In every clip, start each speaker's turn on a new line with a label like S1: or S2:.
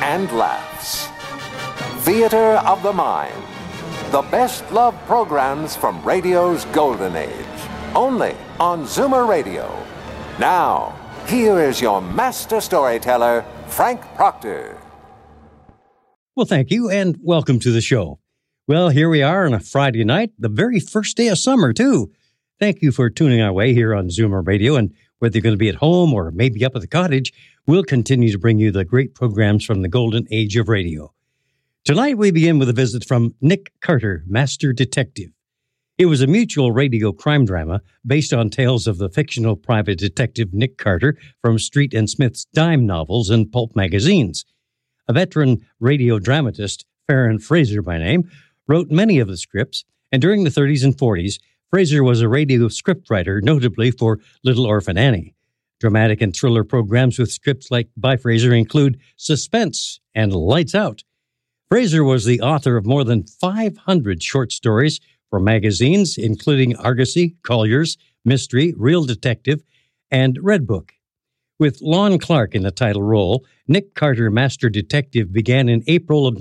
S1: and laughs. Theater of the Mind. The best love programs from radio's golden age. Only on Zoomer Radio. Now, here is your master storyteller, Frank Proctor.
S2: Well, thank you, and welcome to the show. Well, here we are on a Friday night, the very first day of summer, too. Thank you for tuning our way here on Zoomer Radio. And whether you're going to be at home or maybe up at the cottage, we'll continue to bring you the great programs from the golden age of radio. Tonight, we begin with a visit from Nick Carter, Master Detective. It was a mutual radio crime drama based on tales of the fictional private detective Nick Carter from Street and Smith's dime novels and pulp magazines. A veteran radio dramatist, Farron Fraser by name, wrote many of the scripts, and during the 30s and 40s, Fraser was a radio scriptwriter, notably for Little Orphan Annie. Dramatic and thriller programs with scripts like by Fraser include Suspense and Lights Out. Fraser was the author of more than 500 short stories for magazines, including Argosy, Collier's, Mystery, Real Detective, and Red Book. With Lon Clark in the title role, Nick Carter Master Detective began in April of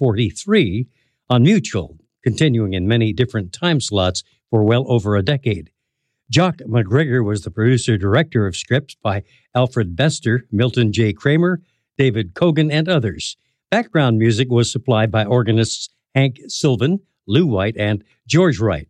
S2: 1943 on Mutual, continuing in many different time slots for well over a decade. Jock McGregor was the producer director of scripts by Alfred Bester, Milton J. Kramer, David Cogan, and others. Background music was supplied by organists Hank Sylvan, Lou White, and George Wright.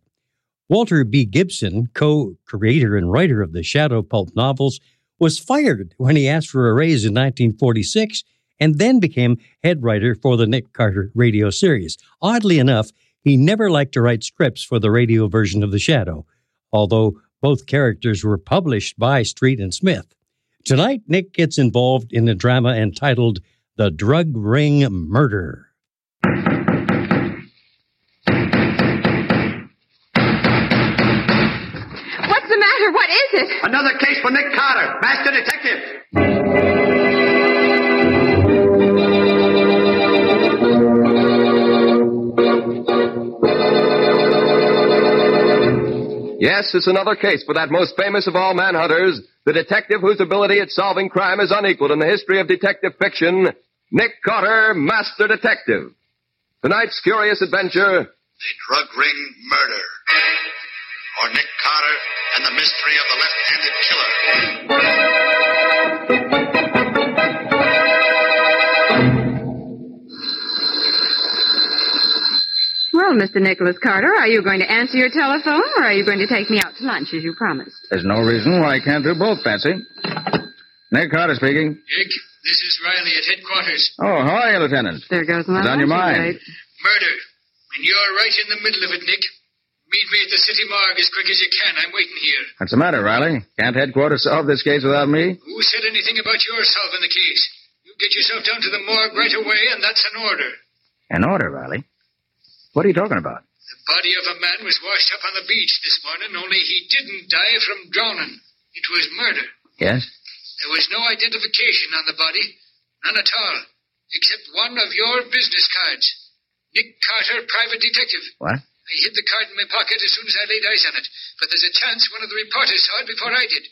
S2: Walter B. Gibson, co creator and writer of the Shadow Pulp novels, was fired when he asked for a raise in 1946 and then became head writer for the Nick Carter radio series. Oddly enough, he never liked to write scripts for the radio version of The Shadow, although both characters were published by Street and Smith. Tonight, Nick gets involved in a drama entitled The Drug Ring Murder.
S3: What's the matter? What is it?
S4: Another case for Nick Carter, Master Detective.
S5: Yes, it's another case for that most famous of all manhunters, the detective whose ability at solving crime is unequaled in the history of detective fiction, Nick Carter, Master Detective. Tonight's curious adventure,
S4: The drug ring murder. Or Nick Carter and the mystery of the left-handed killer.
S3: Well, Mr. Nicholas Carter, are you going to answer your telephone or are you going to take me out to lunch as you promised?
S6: There's no reason why I can't do both, Patsy. Nick Carter speaking.
S7: Dick, this is Riley at headquarters.
S6: Oh, how are you, Lieutenant?
S3: There goes my
S6: It's on your
S3: luncheon
S6: mind.
S3: break.
S7: Murder. And you're right in the middle of it, Nick. Meet me at the city morgue as quick as you can. I'm waiting here.
S6: What's the matter, Riley? Can't headquarters solve this case without me?
S7: Who said anything about your solving the case? You get yourself down to the morgue right away, and that's an order.
S6: An order, Riley. What are you talking about?
S7: The body of a man was washed up on the beach this morning, only he didn't die from drowning. It was murder.
S6: Yes?
S7: There was no identification on the body, none at all, except one of your business cards. Nick Carter, private detective.
S6: What?
S7: I hid the card in my pocket as soon as I laid eyes on it, but there's a chance one of the reporters saw it before I did.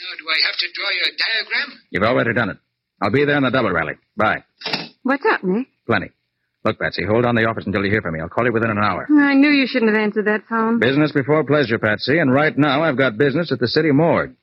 S7: Now, do I have to draw you a diagram?
S6: You've already done it. I'll be there in the double, Riley. Bye.
S3: What's up, Nick?
S6: Plenty. Look, Patsy, hold on the office until you hear from me. I'll call you within an hour.
S3: I knew you shouldn't have answered that phone.
S6: Business before pleasure, Patsy, and right now I've got business at the city morgue.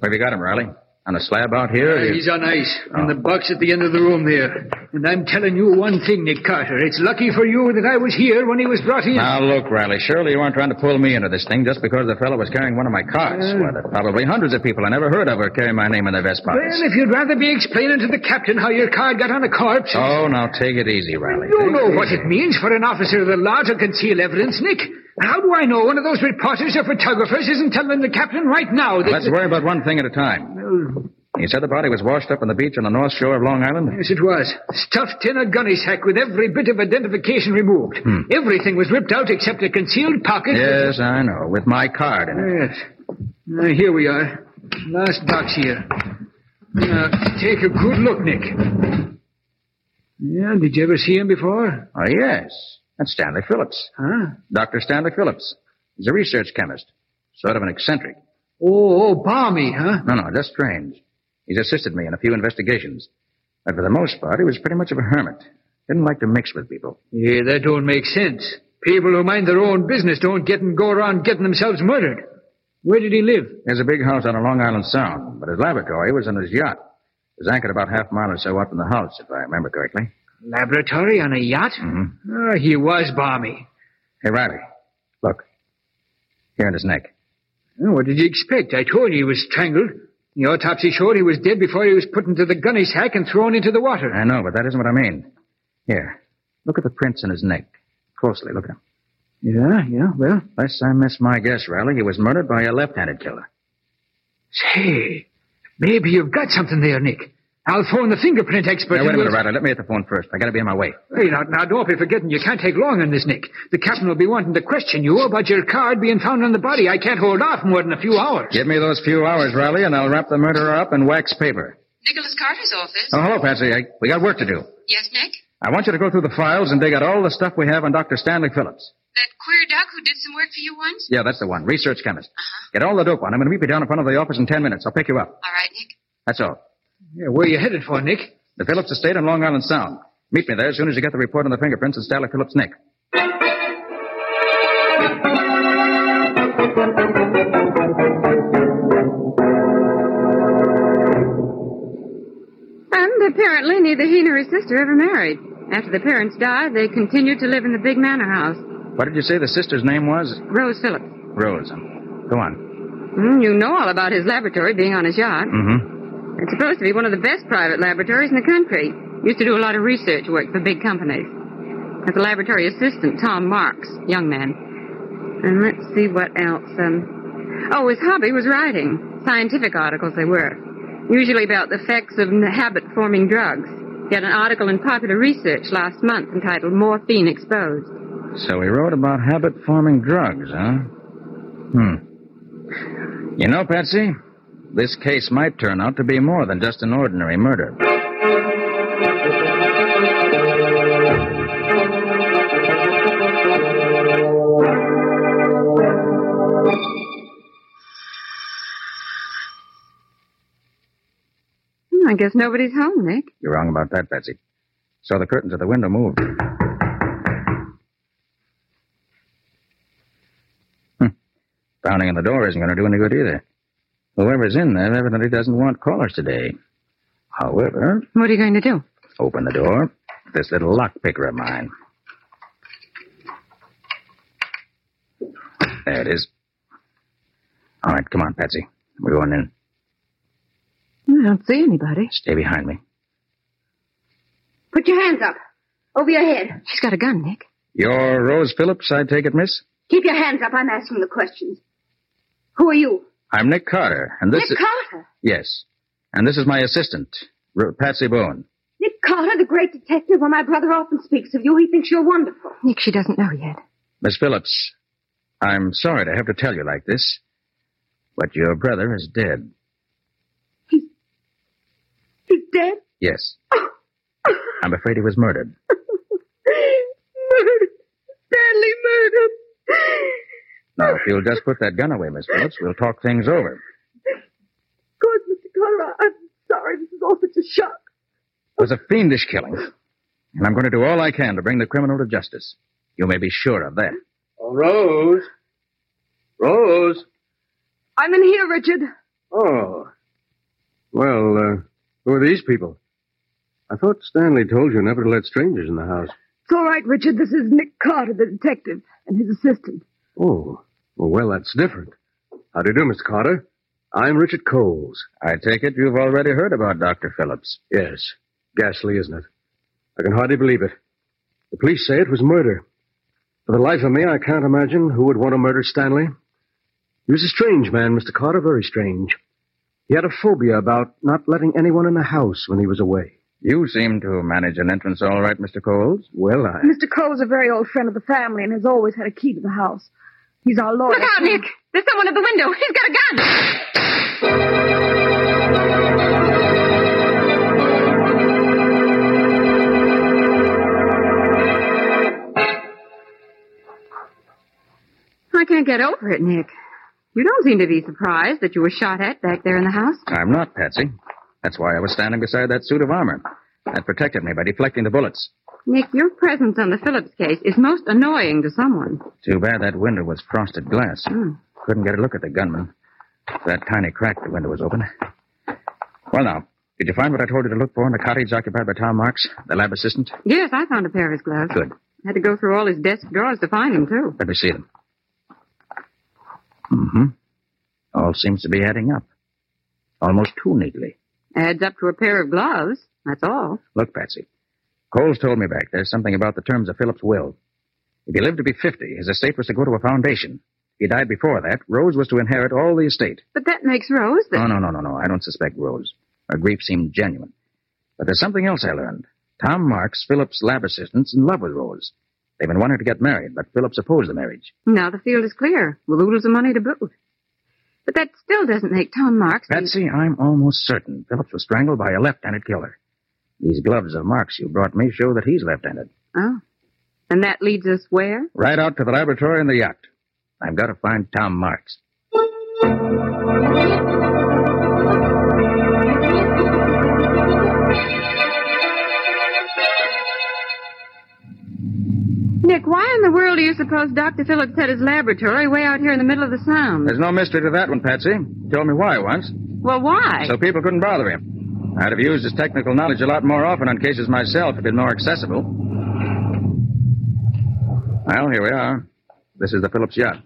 S6: Where have you got him, Riley? On a slab out here? or you- Oh.
S7: on ice, in the box at the end of the room there.
S8: And I'm telling you one thing, Nick Carter. It's lucky for you that I was here when he was brought in.
S6: Now, look, Riley, surely you weren't trying to pull me into this thing just because the fellow was carrying one of my cards. Well, there are probably hundreds of people I never heard of who carry my name in their vest pockets.
S8: well, if you'd rather be explaining to the captain how your card got on a corpse.
S6: Oh, now take it easy, Riley.
S8: You
S6: Take
S8: know
S6: it
S8: what
S6: easy.
S8: it means for an officer of the law to conceal evidence, Nick. How do I know one of those reporters or photographers isn't telling the captain right now that...
S6: Let's worry about one thing at a time.
S8: Oh,
S6: You said the body was washed up on the beach on the north shore of Long Island?
S8: yes, it was. Stuffed in a gunny sack with every bit of identification removed.
S6: Hmm.
S8: Everything was ripped out except a concealed pocket.
S6: Yes, I know. With my card in it.
S8: Yes. Now, Uh, here we are. Last box here. Now, take a good look, Nick. Yeah, did you ever see him before?
S6: Oh, yes. That's Stanley Phillips.
S8: Huh?
S6: Dr. Stanley Phillips. He's a research chemist. Sort of an eccentric.
S8: Oh, oh, balmy, huh?
S6: No, no, just strange. He's assisted me in a few investigations. But for the most part, he was pretty much of a hermit. Didn't like to mix with people.
S8: Yeah, that don't make sense. People who mind their own business don't get and go around getting themselves murdered. Where did he live?
S6: There's a big house on a Long Island Sound, but his laboratory was in his yacht. It was anchored about half a mile or so out from the house, if I remember correctly.
S8: Laboratory on a yacht? Oh, he was balmy.
S6: Mm-hmm. Hey, Riley, look. Here in his neck.
S8: Well, Oh, What did you expect? I told you he was strangled. The autopsy showed he was dead before he was put into the gunny sack and thrown into the water.
S6: I know, but that isn't what I mean. Here, look at the prints in his neck. Closely, look at them.
S8: Yeah, yeah, well.
S6: Unless I miss my guess, Riley, he was murdered by a left-handed killer.
S8: Say, maybe you've got something there, Nick. I'll phone the fingerprint expert.
S6: Now, wait a
S8: and
S6: minute,
S8: we'll-
S6: Riley. Let me hit the phone first. I gotta be on my way.
S8: Hey, now, now, don't be forgetting you can't take long on this, Nick. The captain will be wanting to question you about your card being found on the body. I can't hold off more than a few hours.
S6: Give me those few hours, Riley, and I'll wrap the murderer up in wax paper.
S9: Nicholas Carter's office.
S6: Oh, hello, Patsy. I, we got work to do.
S9: Yes, Nick?
S6: I want you to go through the files and dig out all the stuff we have on Dr. Stanley Phillips.
S9: That queer doc who did some work for you once?
S6: Yeah, that's the one. Research chemist. Get all the dope on him and meet me down in front of the office in ten minutes. I'll pick you up.
S9: All right, Nick.
S6: That's all.
S8: Yeah, where are you headed for, Nick?
S6: The Phillips estate on Long Island Sound. Meet me there as soon as you get the report on the fingerprints and Stanley Phillips' neck.
S3: And apparently neither he nor his sister ever married. After the parents died, they continued to live in the big manor house.
S6: What did you say the sister's name was?
S3: Rose Phillips.
S6: Rose. Go on.
S3: Mm, you know all about his laboratory being on his yacht.
S6: Mm-hmm.
S3: It's supposed to be one of the best private laboratories in the country. Used to do a lot of research work for big companies. As a laboratory assistant, Tom Marks, young man. And let's see what else. Um, oh, his hobby was writing. Scientific articles they were. Usually about the effects of n- habit-forming drugs. He had an article in Popular Research last month entitled Morphine Exposed.
S6: So he wrote about habit-forming drugs, huh? Hmm. You know, Patsy, this case might turn out to be more than just an ordinary murder.
S3: Hmm, I guess nobody's home, Nick.
S6: You're wrong about that, Patsy. Saw the curtains at the window move. Hmm. Pounding on the door isn't going to do any good either. Whoever's in there evidently doesn't want callers today. However,
S3: What are you going to do?
S6: open the door. This little lock picker of mine. There it is. All right, come on, Patsy. We're going in.
S3: I don't see anybody.
S6: Stay behind me.
S10: Put your hands up. Over your head.
S3: She's got a gun, Nick.
S6: You're Rose Phillips, I take it, miss?
S10: Keep your hands up. I'm asking the questions. Who are you?
S6: I'm Nick Carter, and this
S10: Nick
S6: is...
S10: Carter.
S6: Yes. And this is my assistant, R- Patsy Bowen.
S10: Nick Carter, the great detective. Well, my brother often speaks of you. He thinks you're wonderful.
S3: Nick, she doesn't know yet.
S6: Miss Phillips, I'm sorry to have to tell you like this, but your brother is dead.
S10: He's dead.
S6: Yes. I'm afraid he was murdered.
S10: Murdered. Stanley murdered.
S6: Now, if you'll just put that gun away, Miss Phillips, we'll talk things over.
S10: Of course, Mr. Carter, I- I'm sorry. This is all such a shock.
S6: It was a fiendish killing, and I'm going to do all I can to bring the criminal to justice. You may be sure of that.
S11: Oh, Rose. Rose.
S10: I'm in here, Richard.
S11: Oh. Well, uh, who are these people? I thought Stanley told you never to let strangers in the house.
S12: It's all right, Richard. This is Nick Carter, the detective, and his assistant.
S11: Oh, well, well, that's different. How do you do, Mr. Carter? I'm Richard Coles.
S6: I take it you've already heard about Dr. Phillips.
S11: Yes. Ghastly, isn't it? I can hardly believe it. The police say it was murder. For the life of me, I can't imagine who would want to murder Stanley. He was a strange man, Mr. Carter, very strange. He had a phobia about not letting anyone in the house when he was away.
S6: You seem to manage an entrance all right, Mr. Coles.
S11: Well, I.
S12: Mr. Cole's a very old friend of the family and has always had a key to the house. He's our lawyer.
S3: Look out, Nick! There's someone at the window. He's got a gun! I can't get over it, Nick. You don't seem to be surprised that you were shot at back there in the house.
S6: I'm not, Patsy. That's why I was standing beside that suit of armor. That protected me by deflecting the bullets.
S3: Nick, your presence on the Phillips case is most annoying to someone.
S6: Too bad that window was frosted glass.
S3: Hmm.
S6: Couldn't get a look at the gunman. That tiny crack the window was open. Well, now, did you find what I told you to look for in the cottage occupied by Tom Marks, the lab assistant?
S3: Yes, I found a pair of his gloves.
S6: Good.
S3: Had to go through all his desk drawers to find them, too.
S6: Let me see them. Mm-hmm. All seems to be adding up. Almost too neatly.
S3: Adds up to a pair of gloves. That's all.
S6: Look, Patsy. Coles told me back there's something about the terms of Phillips' will. If he lived to be 50, his estate was to go to a foundation. If he died before that, Rose was to inherit all the estate.
S3: But that makes Rose the.
S6: No, Oh, no, no, no, no. I don't suspect Rose. Her grief seemed genuine. But there's something else I learned. Tom Marks, Phillips' lab assistant's in love with Rose. They've been wanting to get married, but Phillips opposed the marriage.
S3: Now the field is clear. With oodles of money to boot. But that still doesn't make Tom Marks. the-
S6: Patsy, I'm almost certain Phillips was strangled by a left-handed killer. These gloves of Marks you brought me show that he's left-handed.
S3: Oh. And that leads us where?
S6: Right out to the laboratory and the yacht. I've got to find Tom Marks.
S3: Nick, why in the world do you suppose Dr. Phillips had his laboratory way out here in the middle of the sound?
S6: There's no mystery to that one, Patsy. He told me why once,
S3: Well, why?
S6: so people couldn't bother him. I'd have used his technical knowledge a lot more often on cases myself if it'd been more accessible. Well, here we are. This is the Phillips yacht.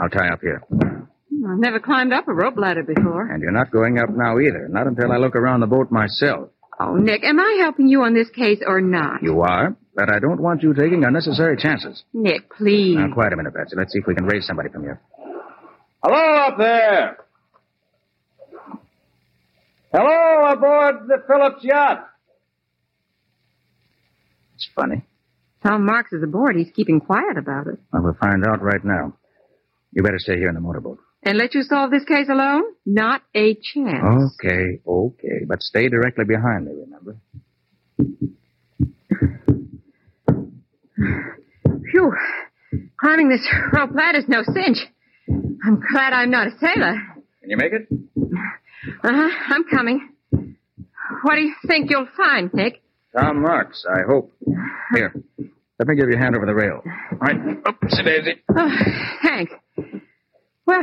S6: I'll tie up here.
S3: I've never climbed up a rope ladder before.
S6: And you're not going up now either, not until I look around the boat myself.
S3: Oh, Nick, am I helping you on this case or not?
S6: You are, but I don't want you taking unnecessary chances.
S3: Nick, please.
S6: Now, quiet a minute, Patsy. Let's see if we can raise somebody from here.
S11: Hello up there! Hello aboard the Phillips yacht!
S6: It's funny.
S3: Tom Marks is aboard. He's keeping quiet about it.
S6: Well, we'll find out right now. You better stay here in the motorboat.
S3: And let you solve this case alone? Not a chance.
S6: Okay, okay. But stay directly behind me, remember?
S3: Phew. Climbing this rope ladder's no cinch. I'm glad I'm not a sailor.
S6: Can you make it?
S3: Uh-huh, I'm coming. What do you think you'll find, Nick?
S6: Tom Marks, I hope. Here. Let me give you a hand over the rail. All right. Oopsie daisy.
S3: Oh, thanks. Well,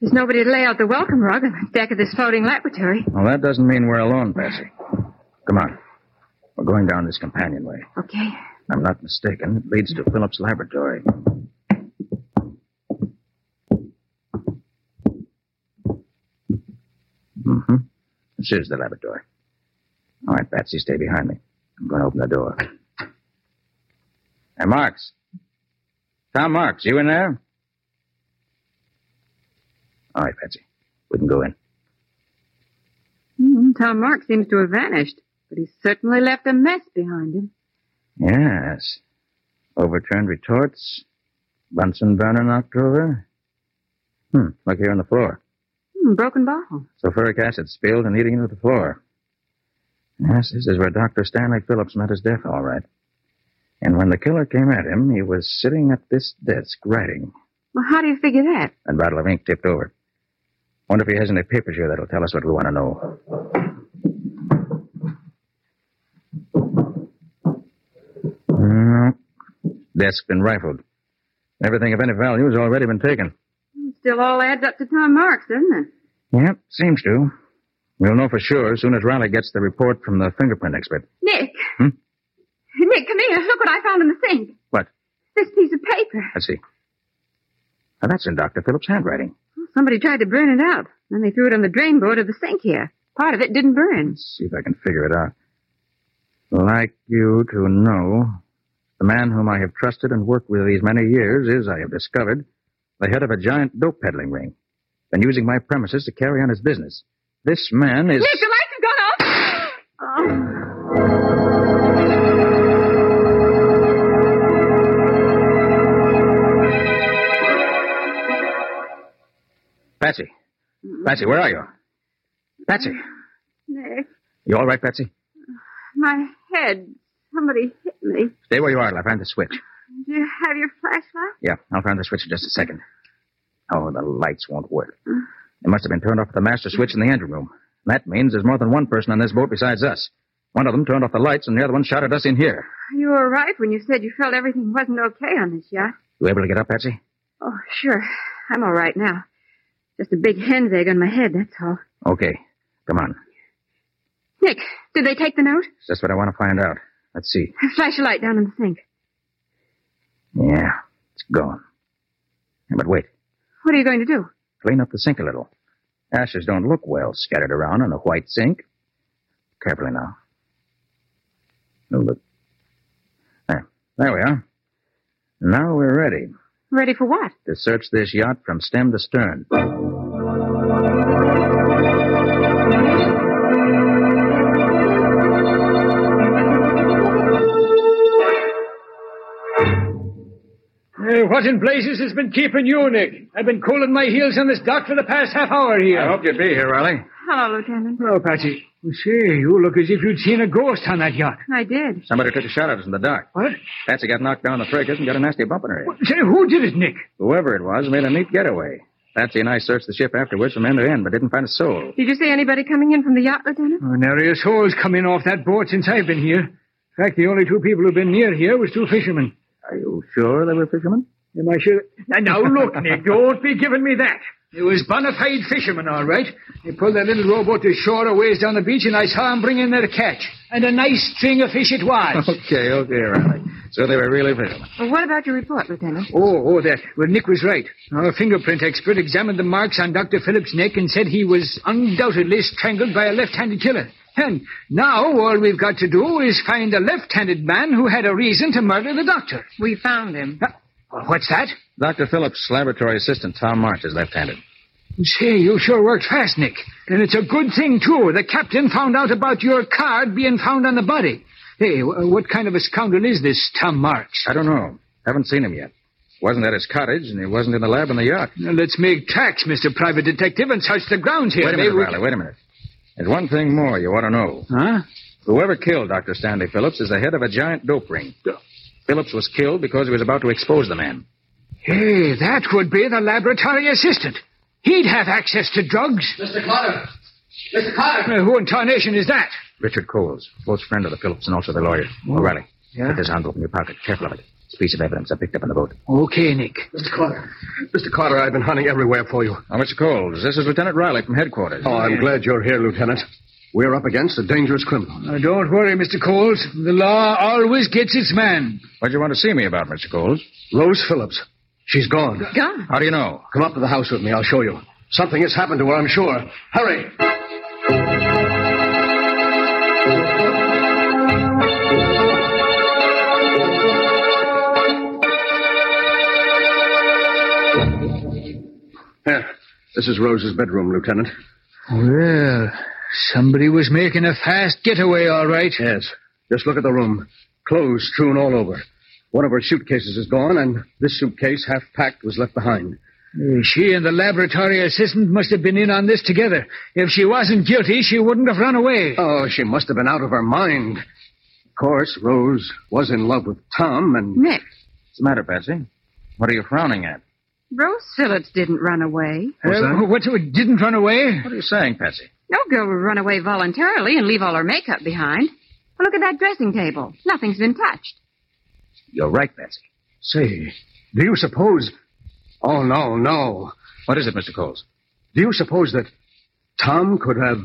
S3: there's nobody to lay out the welcome rug on the deck of this floating laboratory.
S6: Well, that doesn't mean we're alone, Patsy. Come on. We're going down this companionway.
S3: Okay.
S6: If I'm not mistaken. It leads to Phillips' laboratory. Mm-hmm. This is the laboratory. All right, Patsy, stay behind me. I'm going to open the door. Hey, Marks. Tom Marks, you in there? All right, Patsy. We can go in.
S3: Mhm, Tom Marks seems to have vanished, but he certainly left a mess behind him.
S6: Yes. Overturned retorts. Bunsen burner knocked over. Hmm. Look here on the floor.
S3: Hmm, broken bottle.
S6: Sulfuric acid spilled and eating into the floor. Yes, this is where Dr. Stanley Phillips met his death, all right. And when the killer came at him, he was sitting at this desk writing.
S3: Well, how do you figure that?
S6: That bottle of ink tipped over. Wonder if he has any papers here that'll tell us what we want to know. No. Desk been rifled. Everything of any value has already been taken.
S3: Still all adds up to Tom Marks, doesn't it?
S6: Yep, seems to. We'll know for sure as soon as Riley gets the report from the fingerprint expert.
S12: Nick.
S6: Hmm?
S12: Nick, come here. Look what I found in the sink.
S6: What?
S12: This piece of paper.
S6: Let's see. Now, that's in Dr. Phillips' handwriting.
S3: Somebody tried to burn it up. Then they threw it on the drain board of the sink here. Part of it didn't burn.
S6: See if I can figure it out. Like you to know, the man whom I have trusted and worked with these many years is, I have discovered, the head of a giant dope peddling ring. Been using my premises to carry on his business. This man is.
S12: Nick, the lights have gone off. Oh.
S6: Patsy. Patsy, where are you? Patsy.
S12: Nick,
S6: You all right, Patsy?
S12: my head. Somebody hit me.
S6: Stay where you are. till I find the switch.
S12: Do you have your flashlight?
S6: Yeah, I'll find the switch in just a second. Oh, the lights won't work. They must have been turned off at the master switch in the engine room. That means there's more than one person on this boat besides us. One of them turned off the lights, and the other one shouted us in here.
S3: You were right when you said you felt everything wasn't okay on this yacht.
S6: You able to get up, Patsy?
S3: Oh, sure. I'm all right now. Just a big hen's egg on my head, that's all.
S6: Okay, come on.
S3: Nick, did they take the note?
S6: It's just what I want to find out. Let's see.
S3: Flash a light down in the sink.
S6: Yeah, it's gone. Yeah, But wait,
S3: What are you going to do?
S6: clean up the sink a little. Ashes don't look well scattered around on a white sink. Carefully now. Oh, look. There. There we are. Now we're ready.
S3: Ready for what?
S6: to search this yacht from stem to stern.
S8: Hey, what in blazes has been keeping you, Nick? I've been cooling my heels on this dock for the past half hour here.
S6: I hoped you'd be here, Riley.
S3: Hello, Lieutenant.
S8: Hello, Patsy. Well, Say, you look as if you'd seen a ghost on that yacht.
S3: I did.
S6: Somebody took a shot at us in the dock.
S8: What?
S6: Patsy got knocked down the breakers and got a nasty bump in her head.
S8: Say, who did it, Nick?
S6: Whoever it was made a neat getaway. Patsy and I searched the ship afterwards from end to end, but didn't find a soul.
S3: Did you see anybody coming in from the yacht, Lieutenant?
S8: Oh, nary a soul's come in off that boat since I've been here. In fact, the only two people who've been near here was two fishermen.
S6: Are you sure they were fishermen?
S8: Am I sure? Now, now look, Nick, don't be giving me that. It was bona fide fishermen, all right. They pulled their little rowboat to shore a ways down the beach, and I saw 'em bring in their catch. And a nice string of fish it was.
S6: Okay, okay, Riley. So they were really fishermen.
S3: Well, what about your report, Lieutenant?
S8: Oh, oh, that. Well, Nick was right. Our fingerprint expert examined the marks on Dr. Phillips' neck and said he was undoubtedly strangled by a left-handed killer. And now all we've got to do is find a left-handed man who had a reason to murder the doctor. Uh,
S3: We found him.
S8: What's that?
S6: Dr. Phillips' laboratory assistant, Tom March, is left-handed.
S8: Say, you sure worked fast, Nick. And it's a good thing, too. The captain found out about your card being found on the body. Hey, wh- what kind of a scoundrel is this Tom Marks?
S6: I don't know. Haven't seen him yet. Wasn't at his cottage, and he wasn't in the lab in the yacht.
S8: Now, let's make tracks, Mr. Private Detective, and search the grounds here.
S6: Wait a
S8: Maybe
S6: minute,
S8: we-
S6: Riley. Wait a minute. There's one thing more you ought to know.
S8: Huh?
S6: Whoever killed Dr. Stanley Phillips is the head of a giant dope ring. Phillips was killed because he was about to expose the man.
S8: Hey, that would be the laboratory assistant. He'd have access to drugs.
S7: Mr. Carter! Mr. Carter!
S8: Uh, who in tarnation is that?
S6: Richard Coles, close friend of the Phillips and also the lawyer. O'Reilly.
S8: Yeah?
S6: Put this envelope in your pocket. Careful of it. It's a piece of evidence I picked up on the boat.
S8: Okay, Nick.
S11: Mr. Carter. Mr. Carter, I've been hunting everywhere for you.
S6: Now, Mr. Uh, Coles, this is Lieutenant Riley from headquarters.
S11: Oh, I'm glad you're here, Lieutenant. We're up against a dangerous criminal.
S8: Uh, don't worry, Mr. Coles. The law always gets its man.
S6: What do you want to see me about, Mr. Coles?
S11: Rose Phillips. She's gone.
S3: God.
S6: How do you know?
S11: Come up to the house with me. I'll show you. Something has happened to her, I'm sure. Hurry. Here. This is Rose's bedroom, Lieutenant.
S8: Well, somebody was making a fast getaway, all right.
S11: Yes. Just look at the room. Clothes strewn all over. One of her suitcases is gone, and this suitcase, half packed, was left behind.
S8: Uh, She and the laboratory assistant must have been in on this together. If she wasn't guilty, she wouldn't have run away.
S11: Oh, she must have been out of her mind. Of course, Rose was in love with Tom, and
S3: Nick,
S6: What's the matter, Patsy? What are you frowning at?
S3: Rose Phillips didn't run away.
S11: What's
S8: Uh,
S11: that?
S8: what, didn't run away?
S6: What are you saying, Patsy?
S3: No girl would run away voluntarily and leave all her makeup behind. Well, look at that dressing table. Nothing's been touched.
S6: You're right, Patsy.
S11: say, do you suppose? Oh no, no.
S6: What is it, Mr. Coles?
S11: Do you suppose that Tom could have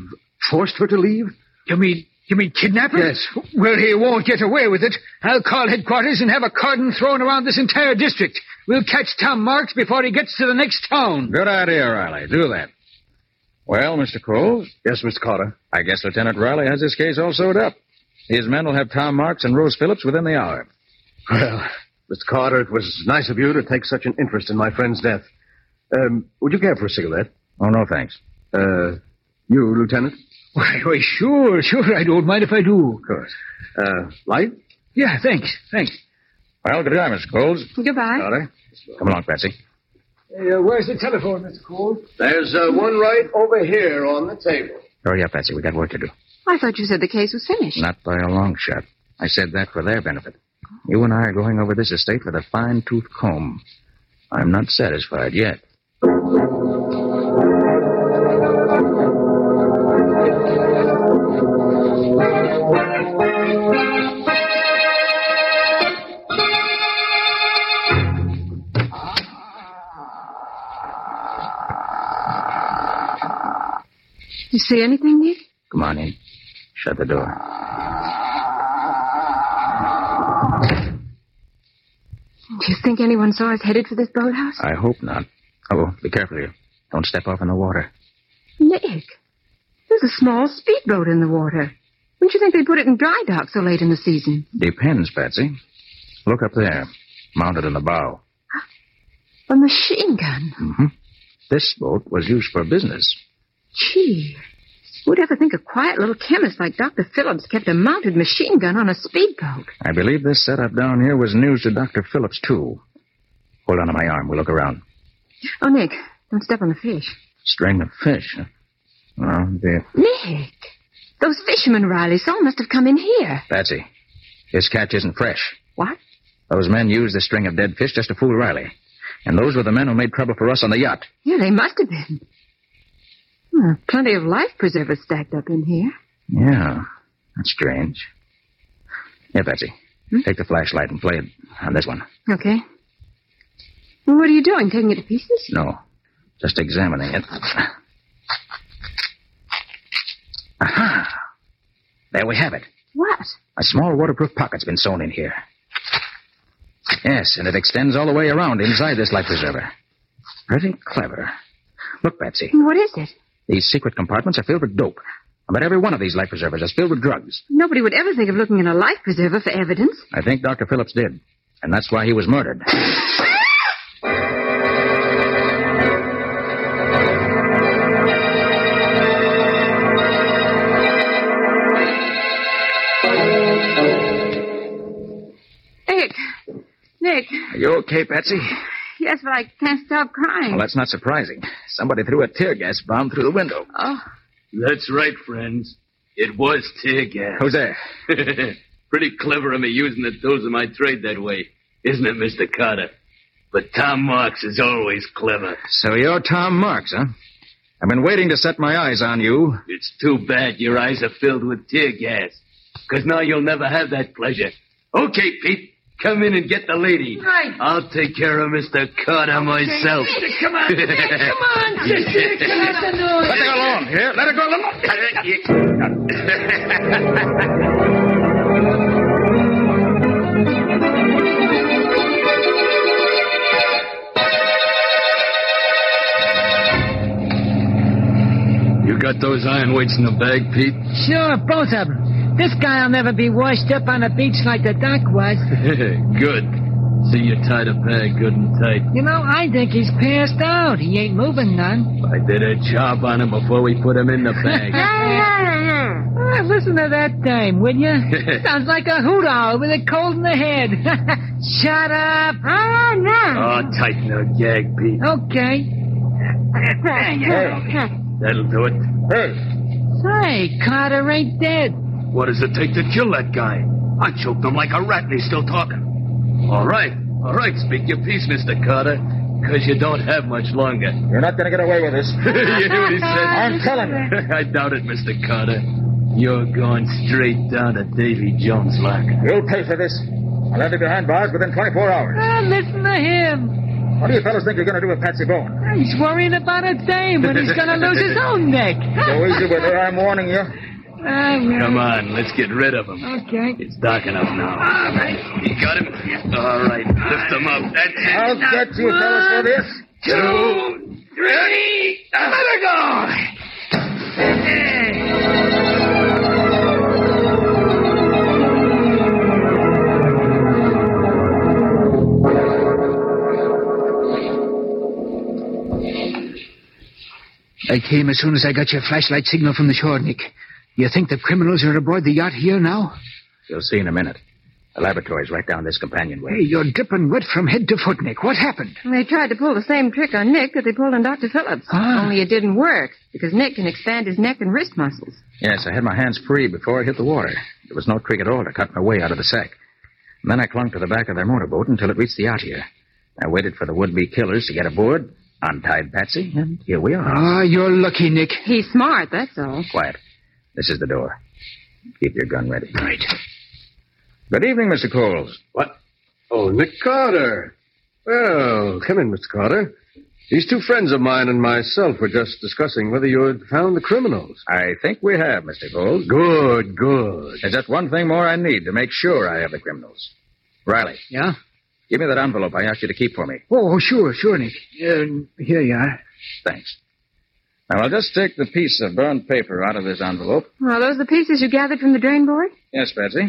S11: Forced her to leave?
S13: You mean you mean kidnap her?
S11: Yes.
S13: Well, he won't get away with it. I'll call headquarters and have a cordon thrown around this entire district. We'll catch Tom Marks before he gets to the next town.
S6: Good idea, Riley. Do that. Well, Mr. Coles?
S11: Yes, Mr. Carter.
S6: I guess Lieutenant Riley has this case all sewed up. His men will have Tom Marks and Rose Phillips within the hour.
S11: Well, Mr. Carter, it was nice of you to take such an interest in my friend's death. Um, would you care for a cigarette?
S6: Oh, no, thanks.
S11: Uh, you, Lieutenant?
S13: Why, why, sure, sure. I don't mind if I do. Of
S11: course. Uh, light?
S13: Yeah, thanks, thanks.
S6: Well, good time, Mr. Coles.
S3: Goodbye.
S6: Carter. Come along, Patsy.
S13: Hey, uh, where's the telephone, Mr. Cole?
S14: There's uh, one right over here on the table.
S6: Hurry up, Patsy. We got work to do.
S3: I thought you said the case was finished.
S6: Not by a long shot. I said that for their benefit. You and I are going over this estate with a fine tooth comb. I'm not satisfied yet.
S3: You see anything, Nick?
S6: Come on in. Shut the door.
S3: Do you think anyone saw us headed for this boathouse?
S6: I hope not. Oh, be careful here. Don't step off in the water.
S3: Nick, there's a small speedboat in the water. Wouldn't you think they put it in dry dock so late in the season?
S6: Depends, Patsy. Look up there, mounted in the bow.
S3: A machine gun.
S6: hmm This boat was used for business.
S3: Gee, who'd ever think a quiet little chemist like Dr. Phillips kept a mounted machine gun on a speedboat?
S6: I believe this setup down here was news to Dr. Phillips, too. Hold on to my arm. We'll look around.
S3: Oh, Nick, don't step on the fish.
S6: String of fish. huh? Oh, dear.
S3: Nick, those fishermen Riley saw must have come in here.
S6: Patsy, this catch isn't fresh.
S3: What?
S6: Those men used the string of dead fish just to fool Riley. And those were the men who made trouble for us on the yacht.
S3: Yeah, they must have been. Hmm, plenty of life preservers stacked up in here.
S6: Yeah, that's strange. Here, Patsy, take the flashlight and play it on this one.
S3: Okay. Well, what are you doing? Taking it to pieces?
S6: No, just examining it. Aha! There we have it.
S3: What?
S6: A small waterproof pocket's been sewn in here. Yes, and it extends all the way around inside this life preserver. Pretty clever. Look, Patsy.
S3: What is it?
S6: These secret compartments are filled with dope. I bet every one of these life preservers is filled with drugs.
S3: Nobody would ever think of looking in a life preserver for evidence.
S6: I think Dr. Phillips did. And that's why he was murdered.
S3: Nick. Nick.
S6: Are you okay, Patsy?
S3: Yes, but I can't stop crying.
S6: Well, that's not surprising. Somebody threw a tear gas bomb through the window.
S3: Oh,
S15: That's right, friends. It was tear gas.
S6: Who's there?
S15: Pretty clever of me using the tools of my trade that way, isn't it, Mr. Carter? But Tom Marks is always clever.
S6: So you're Tom Marks, huh? I've been waiting to set my eyes on you.
S15: It's too bad your eyes are filled with tear gas, 'cause now you'll never have that pleasure. Okay, Pete, come in and get the lady.
S10: Right.
S6: Uh,
S15: I'll take care of Mr. Carter myself.
S10: Nick, come on, Nick, come on. Nick, Nick, come on, the noise.
S15: Let her alone, here. Let her go You got those iron weights in the bag, Pete?
S8: Sure, both of them. This guy'll never be washed up on a beach like the doc was.
S15: good. See, you tied a bag good and tight.
S8: You know, I think he's passed out. He ain't moving none.
S15: I did a job on him before we put him in the bag.
S8: Ah, listen to that dame, will you? Sounds like a hoot owl with a cold in the head. Shut up. Ah,
S15: oh, tighten her gag, Pete.
S8: Okay.
S15: That'll do it. Hey,
S8: Say, Carter ain't dead.
S15: what does it take to kill that guy? I choked him like a rat and he's still talking. All right, all right, speak your piece, Mr. Carter, because you don't have much longer.
S6: You're not going to get away with this.
S15: you hear what he said?
S6: I'm telling you.
S15: I doubt it, Mr. Carter. You're going straight down to Davy Jones' locker.
S6: You'll pay for this. I'll have you behind bars within 24 hours.
S8: Ah, listen to him.
S10: What do you fellas think you're going to do with Patsy Bowen?
S16: He's worrying about a dame when he's going to lose his
S3: Oh,
S16: own neck.
S10: Go easy with her, I'm warning you.
S15: Come on, let's get rid of him.
S16: Okay.
S15: It's dark enough now. All right. You got him? All right, lift him up. That's it.
S10: I'll get you fellas for this.
S15: Two, three, let her go!
S8: I came as soon as I got your flashlight signal from the shore, Nick. You think the criminals are aboard the yacht here now?
S6: You'll see in a minute. The laboratory's right down this companionway.
S8: Hey, you're dripping wet from head to foot, Nick. What happened?
S3: They tried to pull the same trick on Nick that they pulled on Dr. Phillips. Only it didn't work because Nick can expand his neck and wrist muscles.
S6: Yes, I had my hands free before I hit the water. There was no trick at all to cut my way out of the sack. And then I clung to the back of their motorboat until it reached the out here. I waited for the would-be killers to get aboard, untied Patsy, and here we are.
S8: Ah, you're lucky, Nick.
S3: He's smart, that's all.
S6: Quiet. This is the door. Keep your gun ready. Right. Good evening, Mr. Coles.
S11: What? Oh, Nick Carter. Well, come in, Mr. Carter. These two friends of mine and myself were just discussing whether you had found the criminals.
S6: I think we have, Mr. Coles.
S11: Good, good.
S6: There's just one thing more I need to make sure I have the criminals. Riley.
S8: Yeah?
S6: Give me that envelope I asked you to keep for me.
S8: Oh, oh, sure, sure, Nick. Uh, here you are.
S6: Thanks. Now, I'll just take the piece of burned paper out of this envelope.
S3: Are those the pieces you gathered from the drain board?
S6: Yes, Patsy.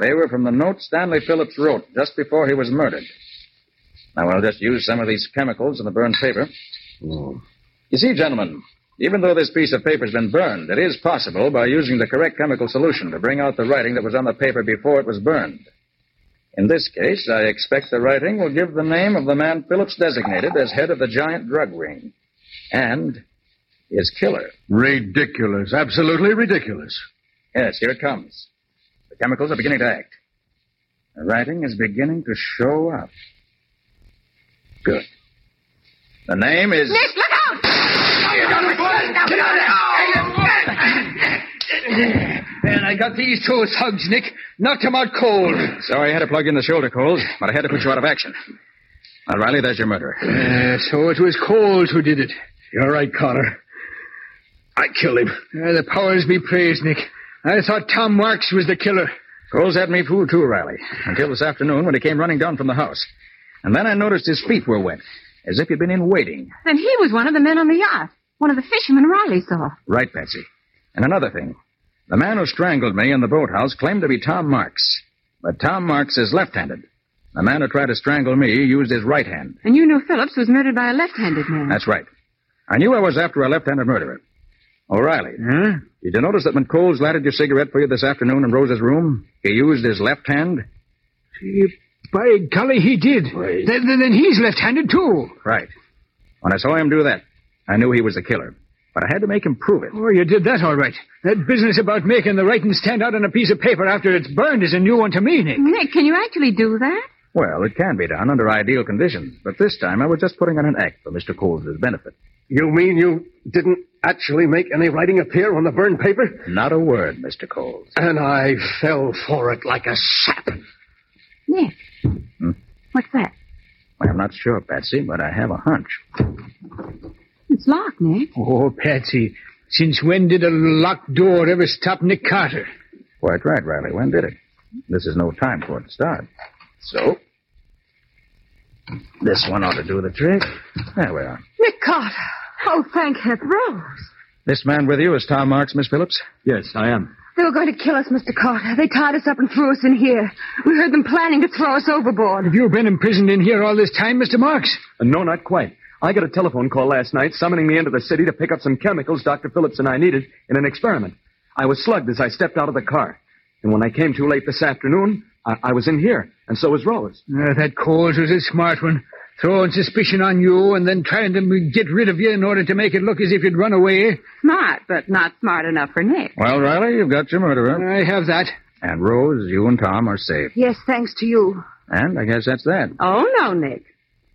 S6: They were from the note Stanley Phillips wrote just before he was murdered. Now, I'll just use some of these chemicals in the burned paper. You see, gentlemen, even though this piece of paper's been burned, it is possible by using the correct chemical solution to bring out the writing that was on the paper before it was burned. In this case, I expect the writing will give the name of the man Phillips designated as head of the giant drug ring and his killer.
S11: Ridiculous. Absolutely ridiculous.
S6: Yes, here it comes. The chemicals are beginning to act. The writing is beginning to show up. Good. The name is.
S17: Nick, look out!
S8: Get out of there! Man, I got these two thugs, Nick. Knocked him out cold.
S6: Sorry I had to plug you in the shoulder, Coles, but I had to put you out of action. Now, Riley, there's your murderer.
S8: Uh, so it was Coles who did it.
S11: You're right, Carter. I killed him.
S8: Uh, the powers be praised, Nick. I thought Tom Marks was the killer.
S6: Coles had me fooled too, Riley, until this afternoon when he came running down from the house. And then I noticed his feet were wet, as if he'd been in waiting.
S3: Then he was one of the men on the yacht. One of the fishermen Riley saw.
S6: Right, Patsy. And another thing. The man who strangled me in the boathouse claimed to be Tom Marks. But Tom Marks is left-handed. The man who tried to strangle me used his right hand.
S3: And you knew Phillips was murdered by a left-handed man.
S6: That's right. I knew I was after a left-handed murderer. O'Reilly. Huh? Did you notice that when Coles lighted your cigarette for you this afternoon in Rose's room, he used his left hand?
S8: Gee, By golly, he did. Then, then, then he's left-handed, too.
S6: Right. When I saw him do that, I knew he was the killer. But I had to make him prove it.
S8: Oh, you did that all right. That business about making the writing stand out on a piece of paper after it's burned is a new one to me, Nick.
S3: Nick, can you actually do that?
S6: Well, it can be done under ideal conditions, but this time I was just putting on an act for Mr. Coles' benefit.
S11: You mean you didn't actually make any writing appear on the burned paper?
S6: Not a word, Mr. Coles.
S11: And I fell for it like a sap.
S3: Nick.
S6: Hmm?
S3: What's that?
S6: I'm not sure, Patsy, but I have a hunch.
S3: It's locked, Nick.
S8: Oh, Patsy, since when did a locked door ever stop Nick Carter?
S6: Quite right, Riley. When did it? This is no time for it to start. So? This one ought to do the trick. There we are.
S3: Nick Carter. Oh, thank heaven. Rose.
S6: This man with you is Tom Marks, Miss Phillips?
S15: Yes, I am.
S17: They were going to kill us, Mr. Carter. They tied us up and threw us in here. We heard them planning to throw us overboard.
S8: Have you been imprisoned in here all this time, Mr. Marks?
S15: Uh, no, not quite. I got a telephone call last night summoning me into the city to pick up some chemicals Dr. Phillips and I needed in an experiment. I was slugged as I stepped out of the car. And when I came too late this afternoon, I, I was in here, and so was Rose.
S8: Uh, that Coles was a smart one. Throwing suspicion on you and then trying to get rid of you in order to make it look as if you'd run away.
S3: Smart, but not smart enough for Nick.
S6: Well, Riley, you've got your murderer.
S8: I have that.
S6: And Rose, you and Tom are safe.
S17: Yes, thanks to you.
S6: And I guess that's that.
S3: Oh, no, Nick.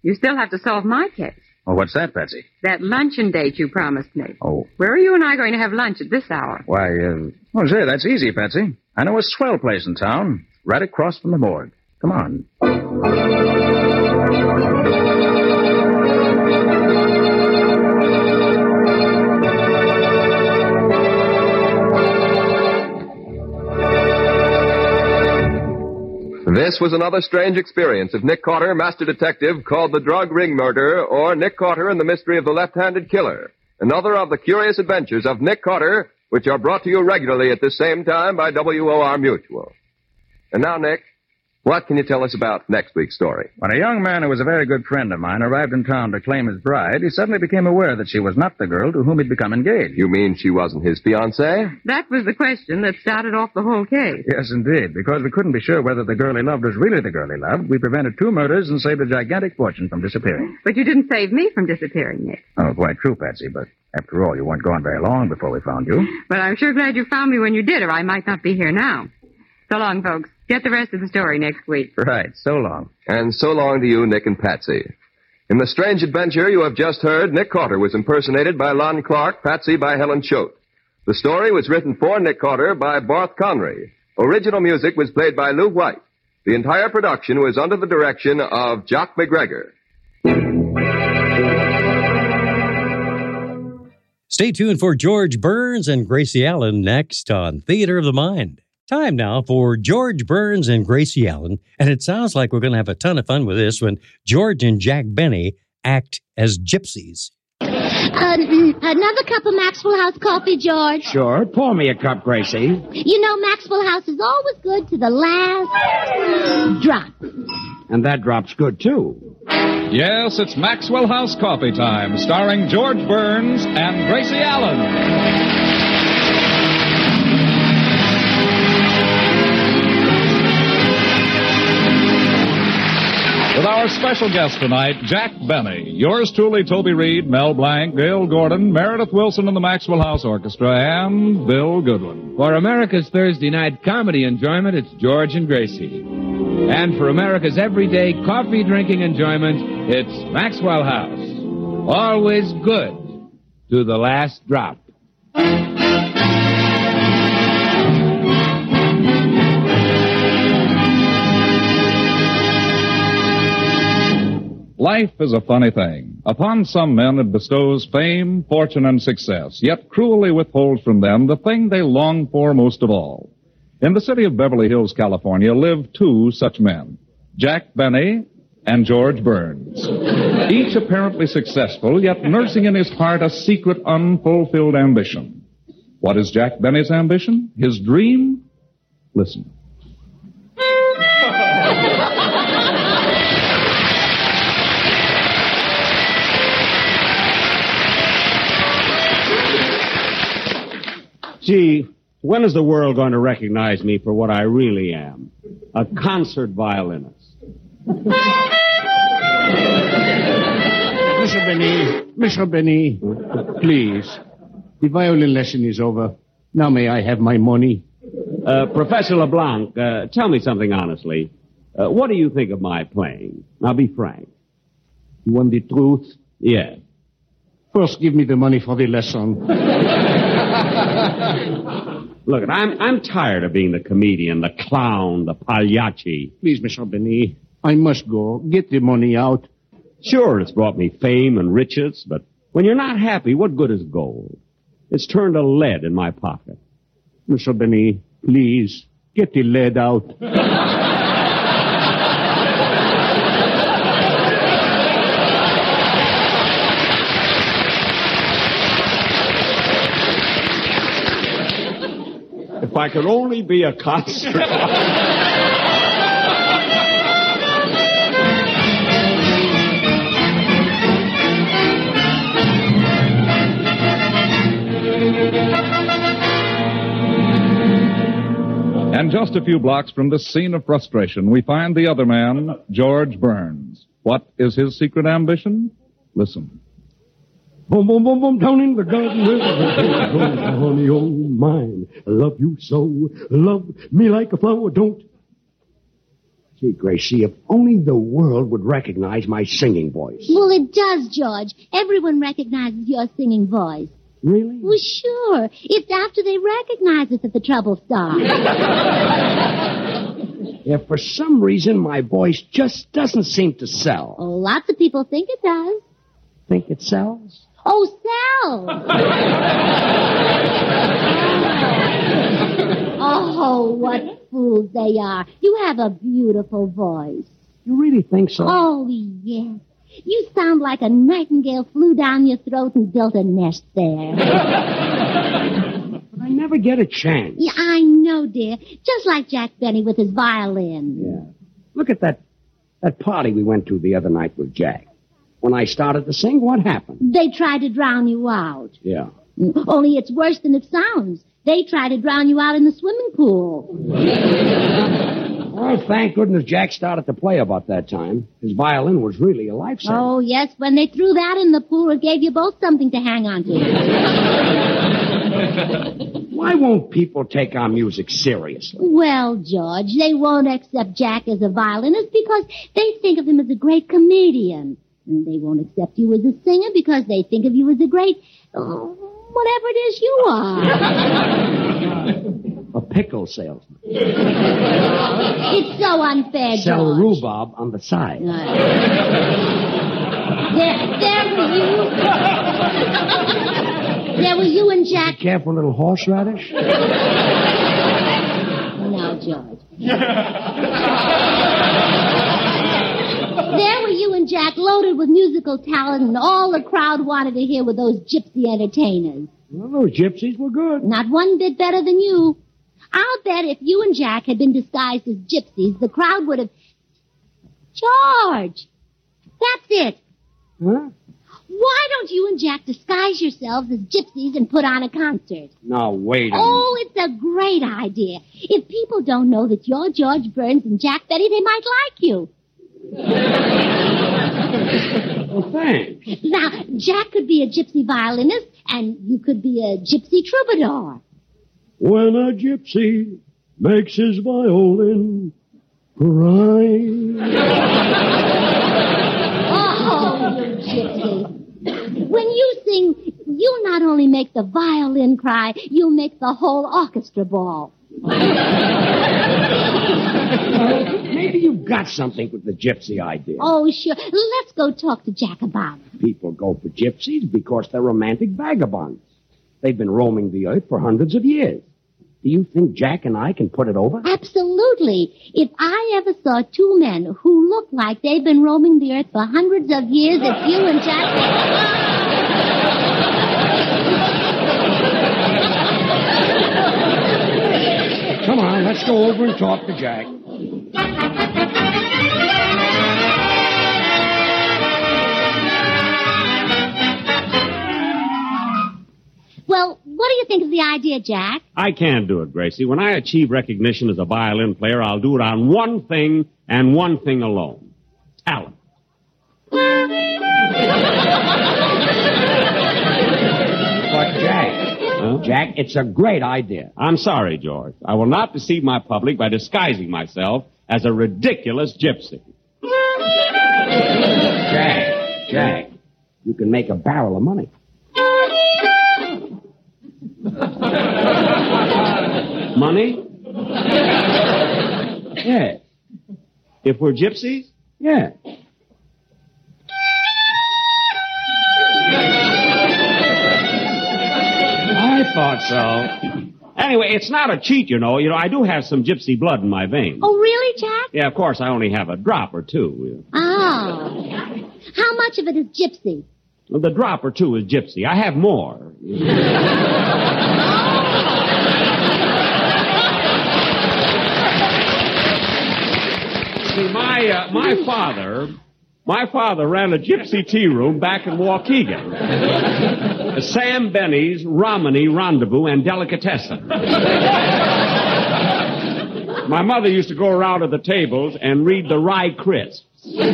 S3: You still have to solve my case.
S6: Well, Oh, what's that, Patsy?
S3: That luncheon date you promised Nick.
S6: Oh.
S3: Where are you and I going to have lunch at this hour?
S6: Why, uh, well, say, that's easy, Patsy. I know a swell place in town, right across from the morgue. Come on.
S5: This was another strange experience of Nick Carter, Master Detective, called The Drug Ring Murder, or Nick Carter and the Mystery of the Left-Handed Killer. Another of the curious adventures of Nick Carter, which are brought to you regularly at this same time by WOR Mutual. And now, Nick, what can you tell us about next week's story?
S6: When a young man who was a very good friend of mine arrived in town to claim his bride, he suddenly became aware that she was not the girl to whom he'd become engaged.
S5: You mean she wasn't his fiancée?
S3: That was the question that started off the whole case.
S6: Yes, indeed. Because we couldn't be sure whether the girl he loved was really the girl he loved, we prevented two murders and saved a gigantic fortune from disappearing.
S3: But you didn't save me from disappearing, Nick.
S6: Oh, quite true, Patsy, but after all, you weren't gone very long before we found you.
S3: But I'm sure glad you found me when you did, or I might not be here now. So long, folks. Get the rest of the story next week.
S5: Right. So long. And so long to you, Nick and Patsy. In the strange adventure you have just heard, Nick Carter was impersonated by Lon Clark, Patsy by Helen Choate. The story was written for Nick Carter by Barth Conry. Original music was played by Lou White. The entire production was under the direction of Jock McGregor.
S2: Stay tuned for George Burns and Gracie Allen next on Theater of the Mind. Time now for George Burns and Gracie Allen, and it sounds like we're going to have a ton of fun with this when George and Jack Benny act as gypsies.
S18: Uh, mm, another cup of Maxwell House coffee, George.
S19: Sure, pour me a cup, Gracie.
S18: You know, Maxwell House is always good to the last drop.
S19: And that drop's good, too.
S20: Yes, it's Maxwell House Coffee Time, starring George Burns and Gracie Allen. With our special guest tonight, Jack Benny, yours truly, Toby Reed, Mel Blanc, Gail Gordon, Meredith Wilson and the Maxwell House Orchestra, and Bill Goodwin.
S21: For America's Thursday night comedy enjoyment, it's George and Gracie. And for America's everyday coffee drinking enjoyment, it's Maxwell House. Always good to the last drop.
S20: Life is a funny thing. Upon some men it bestows fame, fortune, and success, yet cruelly withholds from them the thing they long for most of all. In the city of Beverly Hills, California, live two such men, Jack Benny and George Burns. Each apparently successful, yet nursing in his heart a secret unfulfilled ambition. What is Jack Benny's ambition? His dream? Listen.
S19: Gee, when is the world going to recognize me for what I really am? A concert violinist. Mr. Benny, Mr. Benny, please. The violin lesson is over. Now may I have my money? Uh, Professor LeBlanc, uh, tell me something honestly. Uh, what do you think of my playing? Now be frank.
S10: You want the truth?
S19: Yeah.
S10: First, give me the money for the lesson.
S19: Look, I'm, I'm tired of being the comedian, the clown, the pagliacci.
S10: Please, Mr. Benny, I must go. Get the money out.
S19: Sure, it's brought me fame and riches, but when you're not happy, what good is gold? It's turned to lead in my pocket.
S10: Mr. Benny, please, get the lead out.
S19: If I could only be a concert.
S20: And just a few blocks from this scene of frustration, we find the other man, George Burns. What is his secret ambition? Listen.
S10: Boom, boom, boom, boom, down in the garden with the honey, oh mine. I love you so. Love me like a flower, don't.
S19: Gee, Gracie, if only the world would recognize my singing voice.
S18: Well, it does, George. Everyone recognizes your singing voice.
S19: Really?
S18: Well, sure. It's after they recognize us that the trouble starts.
S19: If for some reason my voice just doesn't seem to sell.
S18: oh, lots of people think it does.
S19: Think it sells?
S18: Oh, Sal! Oh, what fools they are. You have a beautiful voice.
S10: You really think so?
S18: Oh, yes. You sound like a nightingale flew down your throat and built a nest there.
S10: I never get a chance.
S18: yeah, I know, dear. Just like Jack Benny with his violin.
S10: Yeah. Look at that that party we went to the other night with Jack. When I started to sing, what happened?
S18: They try to drown you out.
S10: Yeah.
S18: Only it's worse than it sounds. They try to drown you out in the swimming pool.
S10: Well, thank goodness Jack started to play about that time. His violin was really a lifesaver.
S18: Oh, yes, when they threw that in the pool, it gave you both something to hang on to.
S10: Why won't people take our music seriously?
S18: well, George, they won't accept Jack as a violinist because they think of him as a great comedian. And they won't accept you as a singer because they think of you as a great, oh, whatever it is you are.
S10: A pickle salesman.
S18: it's so unfair,
S10: Sell
S18: George.
S10: rhubarb on the side.
S18: There, there was you. There was you and Jack.
S10: Careful, little horseradish.
S18: No, George. There were you and Jack loaded with musical talent, and all the crowd wanted to hear were those gypsy entertainers.
S10: Well, those gypsies were good.
S18: Not one bit better than you. I'll bet if you and Jack had been disguised as gypsies, the crowd would have. George! That's it!
S10: Huh?
S18: Why don't you and Jack disguise yourselves as gypsies and put on a concert?
S10: Now, wait a minute.
S18: Oh, it's a great idea. If people don't know that you're George Burns and Jack Betty, they might like you.
S10: Well, thanks.
S18: Now, Jack could be a gypsy violinist, and you could be a gypsy troubadour.
S10: When a gypsy makes his violin cry.
S18: Oh, you gypsy. When you sing, you not only make the violin cry, you make the whole orchestra bawl.
S10: Maybe you've got something with the gypsy idea.
S18: Oh, sure. Let's go talk to Jack about it.
S10: People go for gypsies because they're romantic vagabonds. They've been roaming the earth for hundreds of years. Do you think Jack and I can put it over?
S18: Absolutely. If I ever saw two men who looked like they've been roaming the earth for hundreds of years, it's you and Jack.
S10: Come on, let's go over and talk to Jack.
S18: Well, what do you think of the idea, Jack?
S19: I can do it, Gracie. When I achieve recognition as a violin player, I'll do it on one thing and one thing alone. Talent.
S10: But Jack, Jack, it's a great idea.
S19: I'm sorry, George. I will not deceive my public by disguising myself as a ridiculous gypsy.
S10: Jack, Jack, you can make a barrel of money.
S19: Money? Yeah. If we're gypsies?
S10: Yeah. I thought so.
S19: Anyway, it's not a cheat, you know. You know, I do have some gypsy blood in my veins.
S18: Oh, really, Jack?
S19: Yeah, of course, I only have a drop or two.
S18: Oh. How much of it is gypsy?
S19: Well, The drop or two is gypsy. I have more. See, my, uh, my father, my father ran a gypsy tea room back in Waukegan. Sam Benny's, Romany, Rendezvous, and Delicatessen. My mother used to go around to the tables and read the Rye Crisp. "Eh."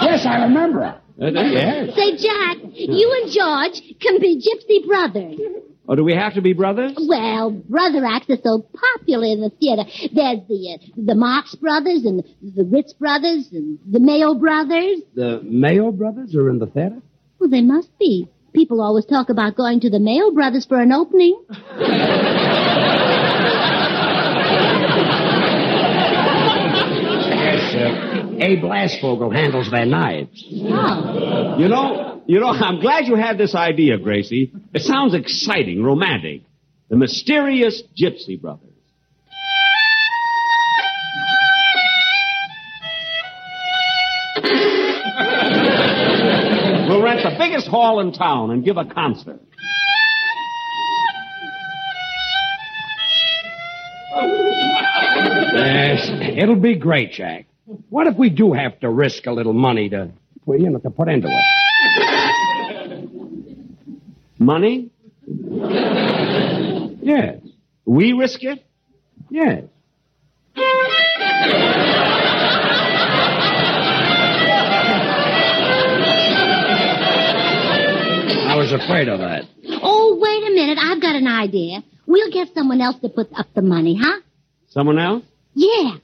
S10: Yes, I remember.
S19: Uh, yes.
S18: Say, Jack, you and George can be gypsy brothers.
S19: Oh, do we have to be brothers?
S18: Well, brother acts are so popular in the theater. There's the uh, the Marx brothers and the Ritz brothers and the Mayo brothers.
S10: The Mayo brothers are in the theater?
S18: Well, they must be. People always talk about going to the Mayo brothers for an opening.
S10: Yes, uh, Abe Blasfogel handles their knives.
S19: You know, you know, I'm glad you had this idea, Gracie. It sounds exciting, romantic. The Mysterious Gypsy Brothers. We'll rent the biggest hall in town and give a concert.
S22: Yes, it'll be great, Jack. What if we do have to risk a little money to, well, you know, to put into it?
S19: Money?
S22: Yes.
S19: We risk it? Yes.
S22: I was afraid of that.
S18: Oh, wait a minute. I've got an idea. We'll get someone else to put up the money, huh?
S19: Someone else?
S18: Yeah.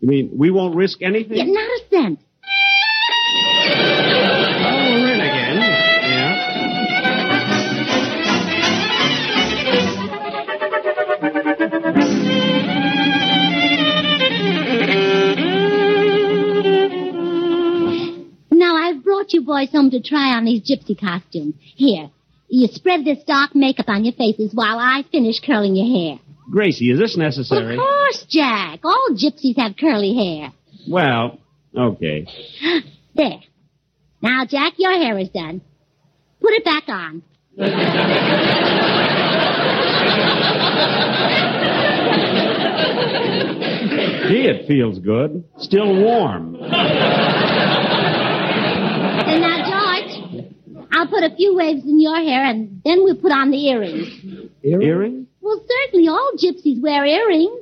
S19: You mean we won't risk
S18: yeah
S19: anything?
S18: not a cent. Now, I've brought you boys home to try on these gypsy costumes. Here, you spread this dark makeup on your faces while I finish curling your hair.
S19: Gracie, is this necessary?
S18: Of course, Jack. All gypsies have curly hair.
S19: Well, okay.
S18: There. Now, Jack, your hair is done. Put it back on.
S19: Gee, it feels good. Still warm.
S18: And now, George, I'll put a few waves in your hair and then we'll put on the earrings.
S19: Earring?
S18: Well, certainly all gypsies wear earrings.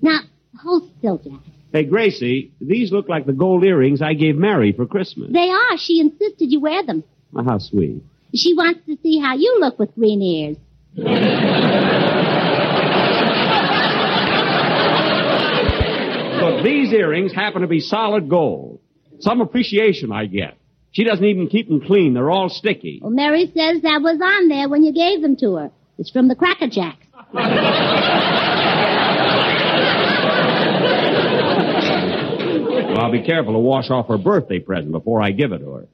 S18: Now, hold still, Jack.
S19: Hey, Gracie, these look like the gold earrings I gave Mary for Christmas.
S18: They are. She insisted you wear them.
S19: Oh, how sweet.
S18: She wants to see how you look with green ears.
S19: Look, these earrings happen to be solid gold. Some appreciation I get. She doesn't even keep them clean. They're all sticky.
S18: Well, Mary says that was on there when you gave them to her. It's from the Cracker Jacks.
S19: Well, I'll be careful to wash off her birthday present before I give it to her.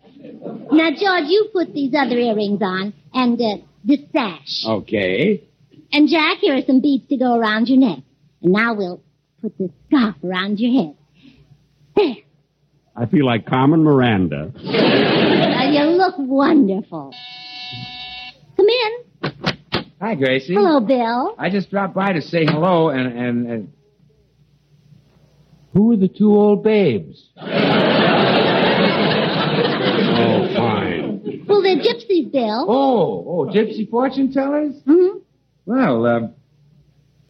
S18: Now, George, you put these other earrings on and uh, this sash.
S19: Okay.
S18: And Jack, here are some beads to go around your neck. And now we'll put this scarf around your head. There.
S19: I feel like Carmen Miranda.
S18: Now, you look wonderful. Come in.
S23: Hi, Gracie.
S18: Hello, Bill.
S23: I just dropped by to say hello and and, and... who are the two old babes?
S19: Oh, fine.
S18: Well, they're gypsies, Bill.
S23: Oh, oh, gypsy fortune tellers. Mm-hmm. Well, um,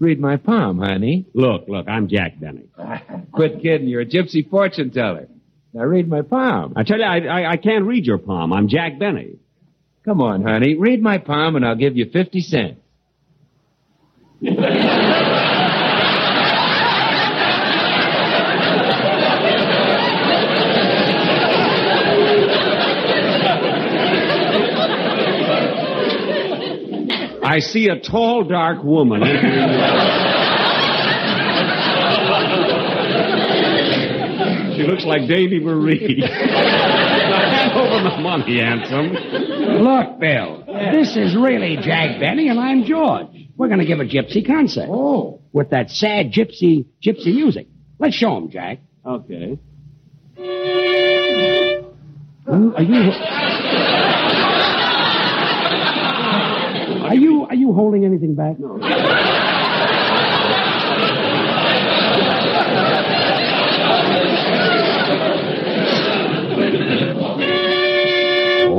S23: read my palm, honey.
S19: Look, look, I'm Jack Benny.
S23: Quit kidding. You're a gypsy fortune teller. Now read my palm.
S19: I tell you, I, I, I can't read your palm. I'm Jack Benny.
S23: Come on, honey. Read my palm, and I'll give you fifty cents.
S19: I see a tall, dark woman. she looks like Davy Marie. Now hand over my money, handsome.
S22: Look, Bill, this is really Jack Benny, and I'm George. We're going to give a gypsy concert. Oh. With that sad gypsy, gypsy music. Let's show 'em, Jack.
S19: Okay.
S22: Who Are you... Are you are you holding anything back? No.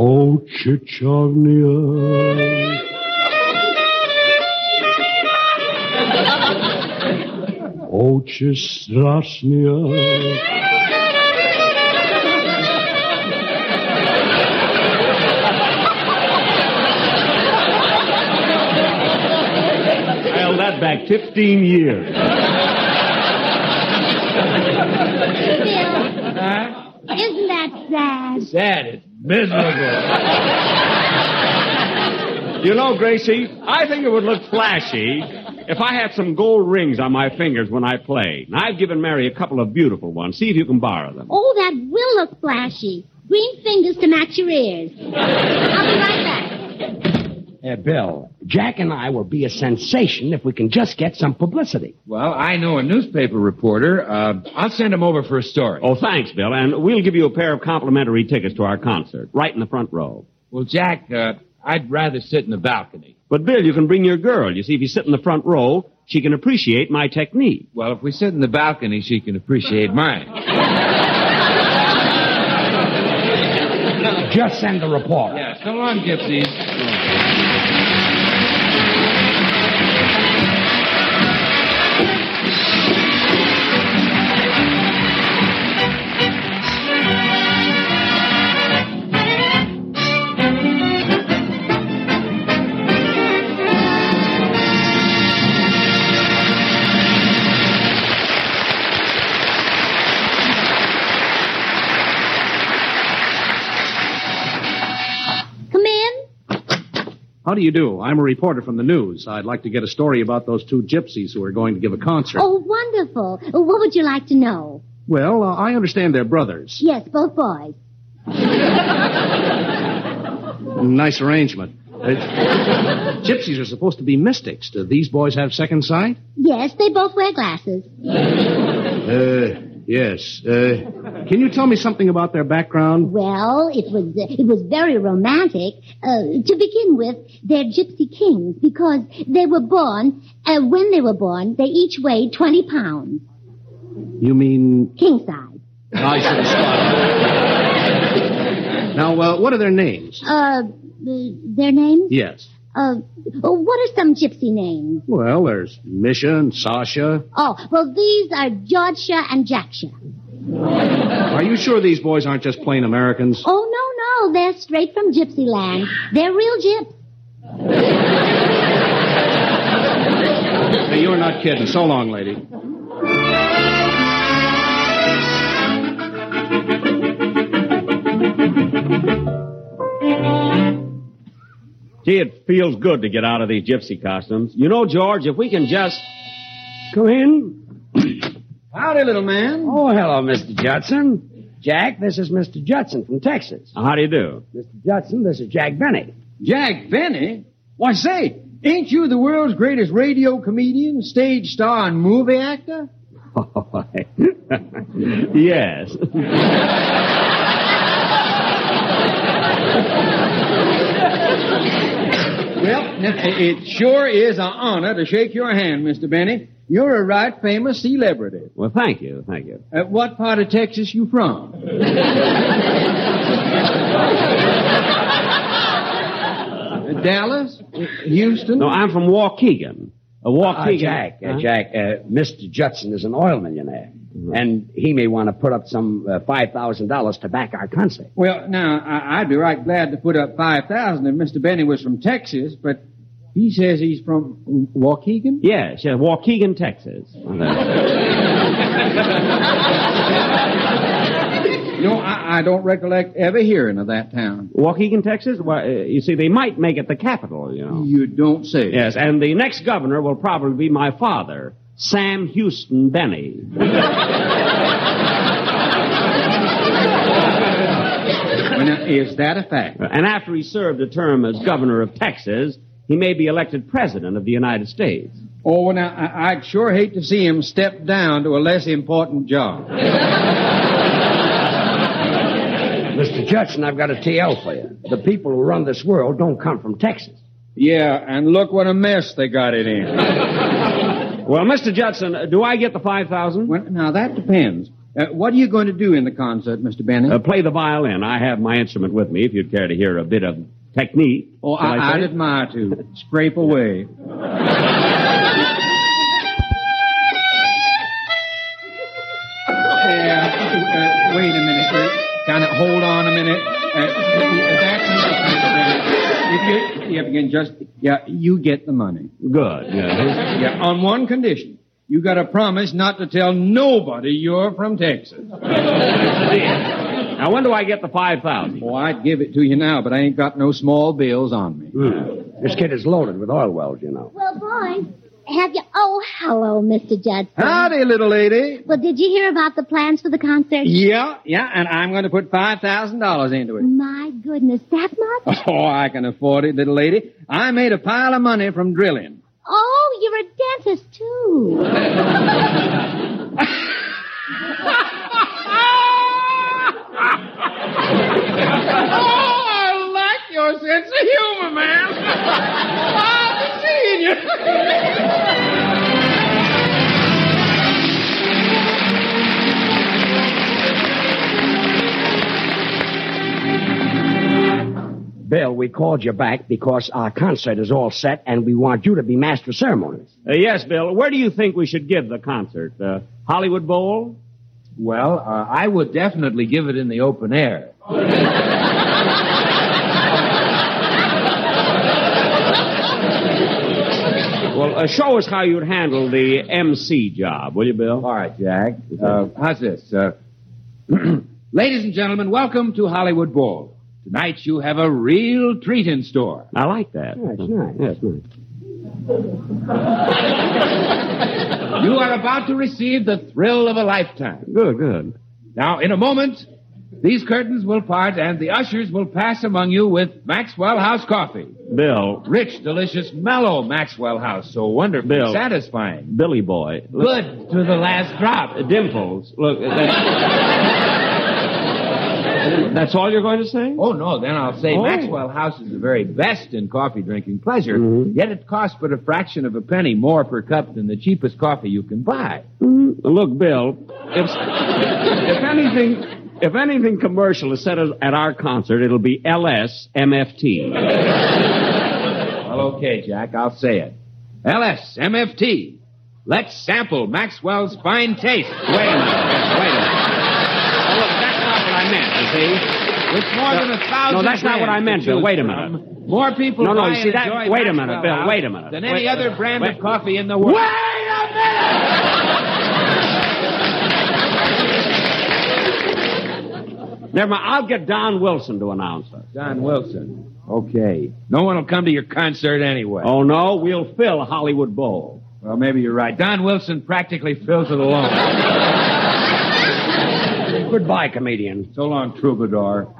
S10: Oh, Chichavnia. Oče strašnija.
S19: I held that back 15 years.
S18: Bill, isn't that sad?
S23: Sad. It's miserable.
S19: You know, Gracie, I think it would look flashy if I had some gold rings on my fingers when I play. And I've given Mary a couple of beautiful ones. See if you can borrow them.
S18: Oh, that will look flashy. Green fingers to match your ears. I'll be right back.
S10: Uh, Bill, Jack and I will be a sensation if we can just get some publicity.
S22: Well, I know a newspaper reporter. Uh, I'll send him over for a story.
S19: Oh, thanks, Bill. And we'll give you a pair of complimentary tickets to our concert, right in the front row.
S22: Well, Jack, uh, I'd rather sit in the balcony.
S19: But, Bill, you can bring your girl. You see, if you sit in the front row, she can appreciate my technique.
S22: Well, if we sit in the balcony, she can appreciate mine.
S10: Just send the reporter.
S22: Yeah, so long, Gypsies.
S18: Come in.
S11: How do you do? I'm a reporter from the news. I'd like to get a story about those two gypsies who are going to give a concert.
S18: Oh, wonderful. What would you like to know?
S11: Well, uh, I understand they're brothers.
S18: Yes, both boys.
S11: Nice arrangement. Uh, gypsies are supposed to be mystics. Do these boys have second sight?
S18: Yes, they both wear glasses.
S11: Uh, yes. Uh, can you tell me something about their background?
S18: Well, it was uh, it was very romantic. Uh, to begin with, they're gypsy kings because they were born. Uh, when they were born, they each weighed twenty pounds,
S11: You mean.
S18: king size.
S11: I should have stopped. Now, uh, what are their names?
S18: Uh, their names?
S11: Yes.
S18: Uh, what are some gypsy names?
S11: Well, there's Misha and Sasha.
S18: Oh, well, these are Georgia and Jacksha.
S11: Are you sure these boys aren't just plain Americans?
S18: Oh, no, no. They're straight from Gypsy Land. They're real gyps.
S11: Hey, you're not kidding. So long, lady.
S19: Gee, it feels good to get out of these gypsy costumes. You know, George, if we can just.
S10: Come in. Howdy, little man. Oh, hello, Mr. Judson. Jack, this is Mr. Judson from Texas.
S19: How do you do?
S10: Mr. Judson, this is Jack Benny. Jack Benny? Why, say, ain't you the world's greatest radio comedian, stage star, and movie actor?
S19: yes.
S10: Well, now, i- it sure is an honor to shake your hand, Mr. Benny. You're a right famous celebrity.
S19: Well, thank you. Thank you.
S10: Uh, what part of Texas you from? Uh, Dallas? Houston?
S19: No, I'm from Waukegan. A Waukegan.
S10: Jack, uh,
S19: Huh?
S10: Jack, uh, Mr. Judson is an oil millionaire, and he may want to put up some uh, five thousand dollars to back our concert.
S23: Well, now, I- I'd be right glad to put up 5000 if Mr. Benny was from Texas, but he says he's from Waukegan?
S19: Yes, yes, Waukegan, Texas.
S10: No, I, I don't recollect ever hearing of that town.
S19: Waukegan, Texas? Why, uh, you see, they might make it the capital, you know.
S10: You don't say.
S19: Yes, and the next governor will probably be my father, Sam Houston Benny.
S10: is that a fact?
S19: And after he served a term as governor of Texas, he may be elected president of the United States.
S23: Oh, well, now, I- I'd sure hate to see him step down to a less important job.
S10: Mr. Judson, I've got a TL for you. The people who run this world don't come from Texas.
S23: Yeah, and look what a mess they got it in.
S19: well, Mr. Judson, uh, do I get the 5000
S23: Well, now, that depends. Uh, what are you going to do in the concert, Mr. Benny?
S19: Uh, play the violin. I have my instrument with me if you'd care to hear a bit of technique.
S23: oh,
S19: Shall
S23: I-
S19: say
S23: I'd
S19: it?
S23: admire to. Scrape away. Yeah. Uh, wait a minute. kind of hold on a minute. Uh, that's enough, Mr. Benny. If you, if you can just, yeah, you get the money.
S19: Good.
S23: Yeah, on one condition. You got to promise not to tell nobody you're from Texas.
S19: Now, when do I get the five thousand?
S23: Oh, I'd give it to you now, but I ain't got no small bills on me.
S10: Hmm. This kid is loaded with oil wells, you know.
S18: Well, boys, Oh, Have you? Oh, hello, Mr. Judson.
S24: Howdy, little lady.
S18: Well, did you hear about the plans for the concert?
S24: Yeah, yeah, and I'm going to put $5,000 into it.
S18: My goodness, that much?
S24: Oh, I can afford it, little lady. I made a pile of money from drilling.
S18: Oh, you're a dentist, too.
S25: I like your sense of humor, man. I'll be seeing you.
S22: Bill, we called you back because our concert is all set and we want you to be master of ceremonies.
S19: Uh, yes, Bill. Where do you think we should give the concert? Uh, Hollywood Bowl?
S23: Well, uh, I would definitely give it in the open air.
S19: Well, uh, show us how you'd handle the MC job, will you, Bill? All right, Jack.
S23: Uh, how's this? Uh, ladies and gentlemen, welcome to Hollywood Bowl. Tonight you have a real treat in store.
S19: I like that.
S22: Yes,
S23: You are about to receive the thrill of a lifetime.
S19: Good, good.
S23: Now, in a moment, these curtains will part and the ushers will pass among you with Maxwell House coffee.
S19: Bill.
S23: Rich, delicious, mellow Maxwell House. So wonderfully
S19: Bill.
S23: satisfying.
S19: Billy Boy.
S23: Good to the last drop.
S19: Dimples. Look. uh, that- that's all you're going to say?
S23: Oh, no, then I'll say
S19: Oh.
S23: Maxwell House is the very best in coffee drinking pleasure,
S19: Mm-hmm.
S23: yet it costs but a fraction of a penny more per cup than the cheapest coffee you can buy.
S19: mm, Look, Bill. If, if anything. If anything commercial is set at our concert, it'll be LSMFT.
S23: Well, okay, Jack, I'll say it. LSMFT. Let's sample Maxwell's fine taste. Wait a minute. Wait a minute. Oh, look, that's not what I meant, you see. It's more than a thousand.
S22: no, that's not what I
S23: brands
S22: meant,
S23: to
S22: Bill.
S23: choose
S22: Wait a
S23: from.
S22: minute.
S23: More people
S22: No, no,
S23: buy
S22: you
S23: and
S22: see that-
S23: enjoy
S22: wait a
S23: Maxwell
S22: minute, Bill,
S23: House
S22: wait a minute.
S23: Than any
S22: Wait-
S23: other brand
S22: wait-
S23: of coffee in the world.
S19: Never mind. I'll get Don Wilson to announce us.
S23: Don Wilson. Okay. No one will come to your concert anyway.
S19: Oh, no, we'll fill Hollywood Bowl.
S23: Well, maybe you're right. Don Wilson practically fills it alone.
S22: Goodbye, comedian.
S23: So long, troubadour.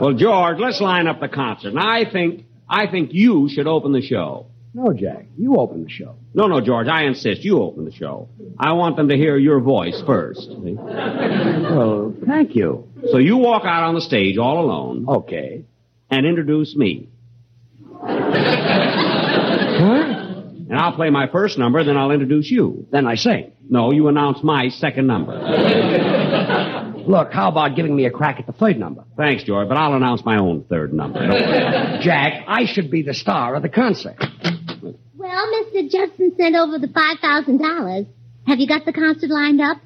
S19: Well, George, let's line up the concert. Now, I think, I think you should open the show.
S22: No, Jack. You open the show.
S19: No, no, George, I insist. You open the show. I want them to hear your voice first. see?
S22: Well, thank you.
S19: So you walk out on the stage all alone.
S22: Okay.
S19: And introduce me. And I'll play my first number, then I'll introduce you.
S22: Then I sing.
S19: No, you announce my second number.
S22: Look, how about giving me a crack at the third number?
S19: Thanks, George, but I'll announce my own third number. Don't worry.
S22: Jack, I should be the star of the concert.
S18: well, Mr. Judson sent over the $5,000. Have you got the concert lined up?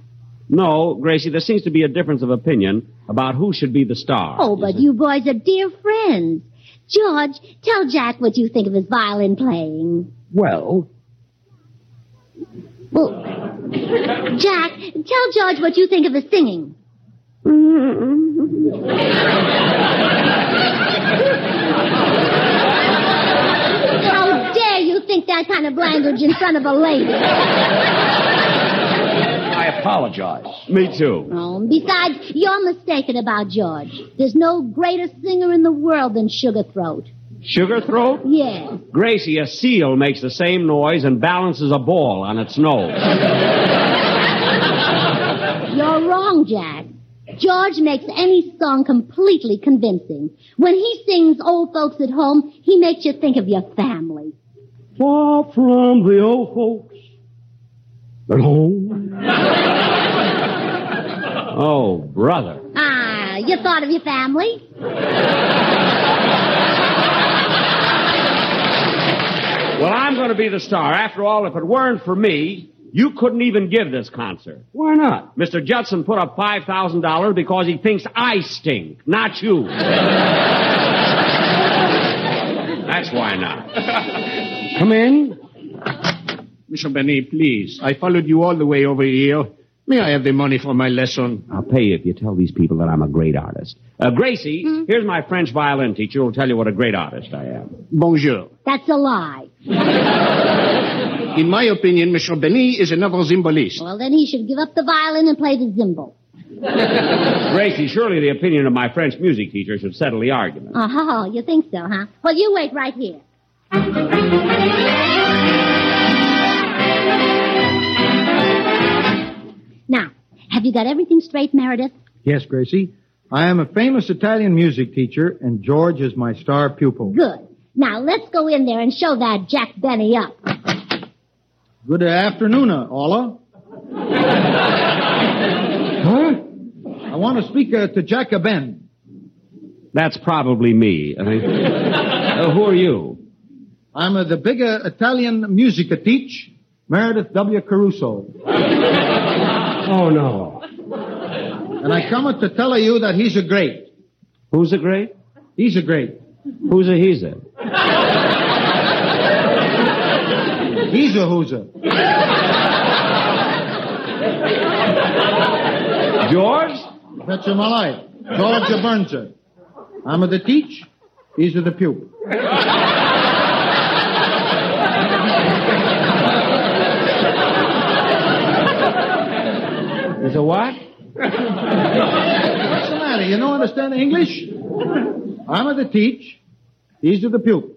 S19: No, Gracie, there seems to be a difference of opinion about who should be the star.
S18: Oh, but you boys are dear friends. George, tell Jack what you think of his violin playing.
S22: Well,
S18: Jack, tell George what you think of his singing. How dare you think that kind of language in front of a lady?
S22: I apologize.
S19: Me too.
S18: Oh, and besides, you're mistaken about George. There's no greater singer in the world than Sugar Throat.
S19: Sugar throat?
S18: Yes.
S19: Gracie, a seal makes the same noise and balances a ball on its nose.
S18: You're wrong, Jack. George makes any song completely convincing. When he sings Old Folks at Home, he makes you think of your family.
S10: Far from the old folks at home.
S19: Oh, brother.
S18: Ah, you thought of your family?
S19: Well, I'm going to be the star. After all, if it weren't for me, you couldn't even give this concert.
S22: Why not?
S19: Mr. Judson put up $5,000 because he thinks I stink, not you. That's why not.
S10: Come in.
S1: Mr. Benny, please. I followed you all the way over here.
S19: May I have the money for my lesson?
S10: I'll pay you if you tell these people that I'm a great artist. Uh, Gracie,
S19: Hmm?
S10: here's my French violin teacher who'll tell you what a great artist I am.
S19: Bonjour.
S18: That's a lie.
S19: In my opinion, Monsieur Benny is another zimbalist.
S18: Well, then he should give up the violin and play the zimbal.
S10: Gracie, surely the opinion of my French music teacher should settle the argument.
S18: Oh, you think so, huh? Well, you wait right here. Now, have you got everything straight, Meredith?
S4: Yes, Gracie. I am a famous Italian music teacher, and George is my star pupil.
S18: Good. Now, let's go in there and show that Jack Benny up.
S4: Good afternoon, Ola. huh? I want to speak uh, to Jack Ben.
S10: That's probably me. I mean, uh, who are you?
S4: I'm uh, the big uh, Italian music teach, Meredith W. Caruso. oh, no. And I come to tell you that he's a great.
S10: Who's a great?
S4: He's a great.
S10: Who's a he's a?
S4: He's a hooser. George? That's my life. George Burnser. I'm the teach. He's the pupil.
S10: Is a what?
S4: What's the matter? You don't understand English? I'm the teach. He's the pupil.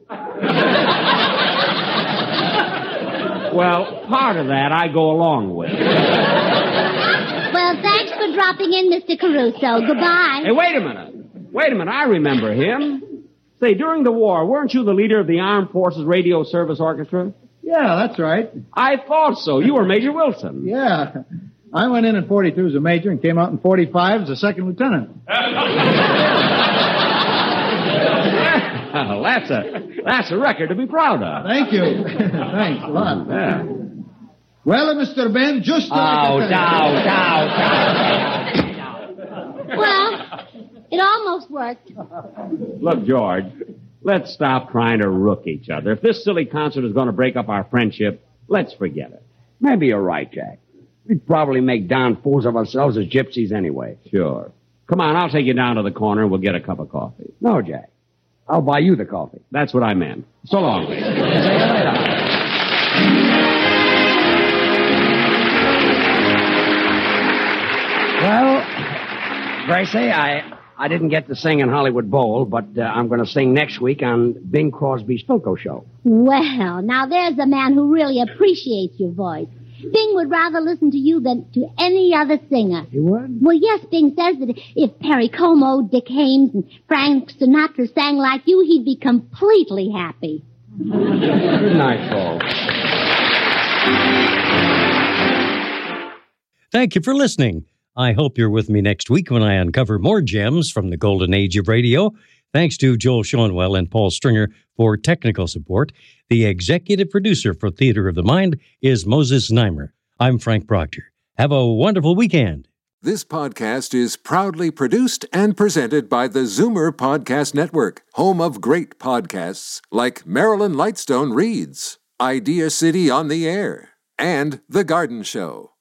S10: Well, part of that I go along with.
S18: Well, thanks for dropping in, Mr. Caruso. Goodbye.
S10: Hey, wait a minute. Wait a minute. I remember him. Say, during the war, weren't you the leader of the Armed Forces Radio Service Orchestra?
S4: Yeah, that's right.
S10: I thought so. You were Major Wilson.
S4: Yeah. I went in in 42 as a major and came out in 45 as a second lieutenant.
S10: Oh, that's a that's a record to be proud of.
S4: Thank you. Thanks a lot.
S10: Yeah.
S4: Well, Mr. Ben, just like
S10: Oh,
S4: I said-
S10: now, now,
S18: Well, it almost worked.
S10: Look, George, let's stop trying to rook each other. If this silly concert is going to break up our friendship, let's forget it.
S22: Maybe you're right, Jack. We'd probably make down fools of ourselves as gypsies anyway.
S10: Sure. Come on, I'll take you down to the corner and we'll get a cup of coffee.
S22: No, Jack. I'll buy you the coffee.
S10: That's what I meant. So long. Lee.
S22: Well, Gracie, I, I didn't get to sing in Hollywood Bowl, but uh, I'm going to sing next week on Bing Crosby's Philco Show.
S18: Well, now there's a man who really appreciates your voice. Bing would rather listen to you than to any other singer.
S22: He would?
S18: Well, yes, Bing says that if Perry Como, Dick Haymes, and Frank Sinatra sang like you, he'd be completely happy.
S10: Good night, folks.
S2: Thank you for listening. I hope you're with me next week when I uncover more gems from the golden age of radio. Thanks to Joel Schoenwell and Paul Stringer for technical support. The executive producer for Theater of the Mind is Moses Neimer. I'm Frank Proctor. Have a wonderful weekend.
S7: This podcast is proudly produced and presented by the Zoomer Podcast Network, home of great podcasts like Marilyn Lightstone Reads, Idea City on the Air, and The Garden Show.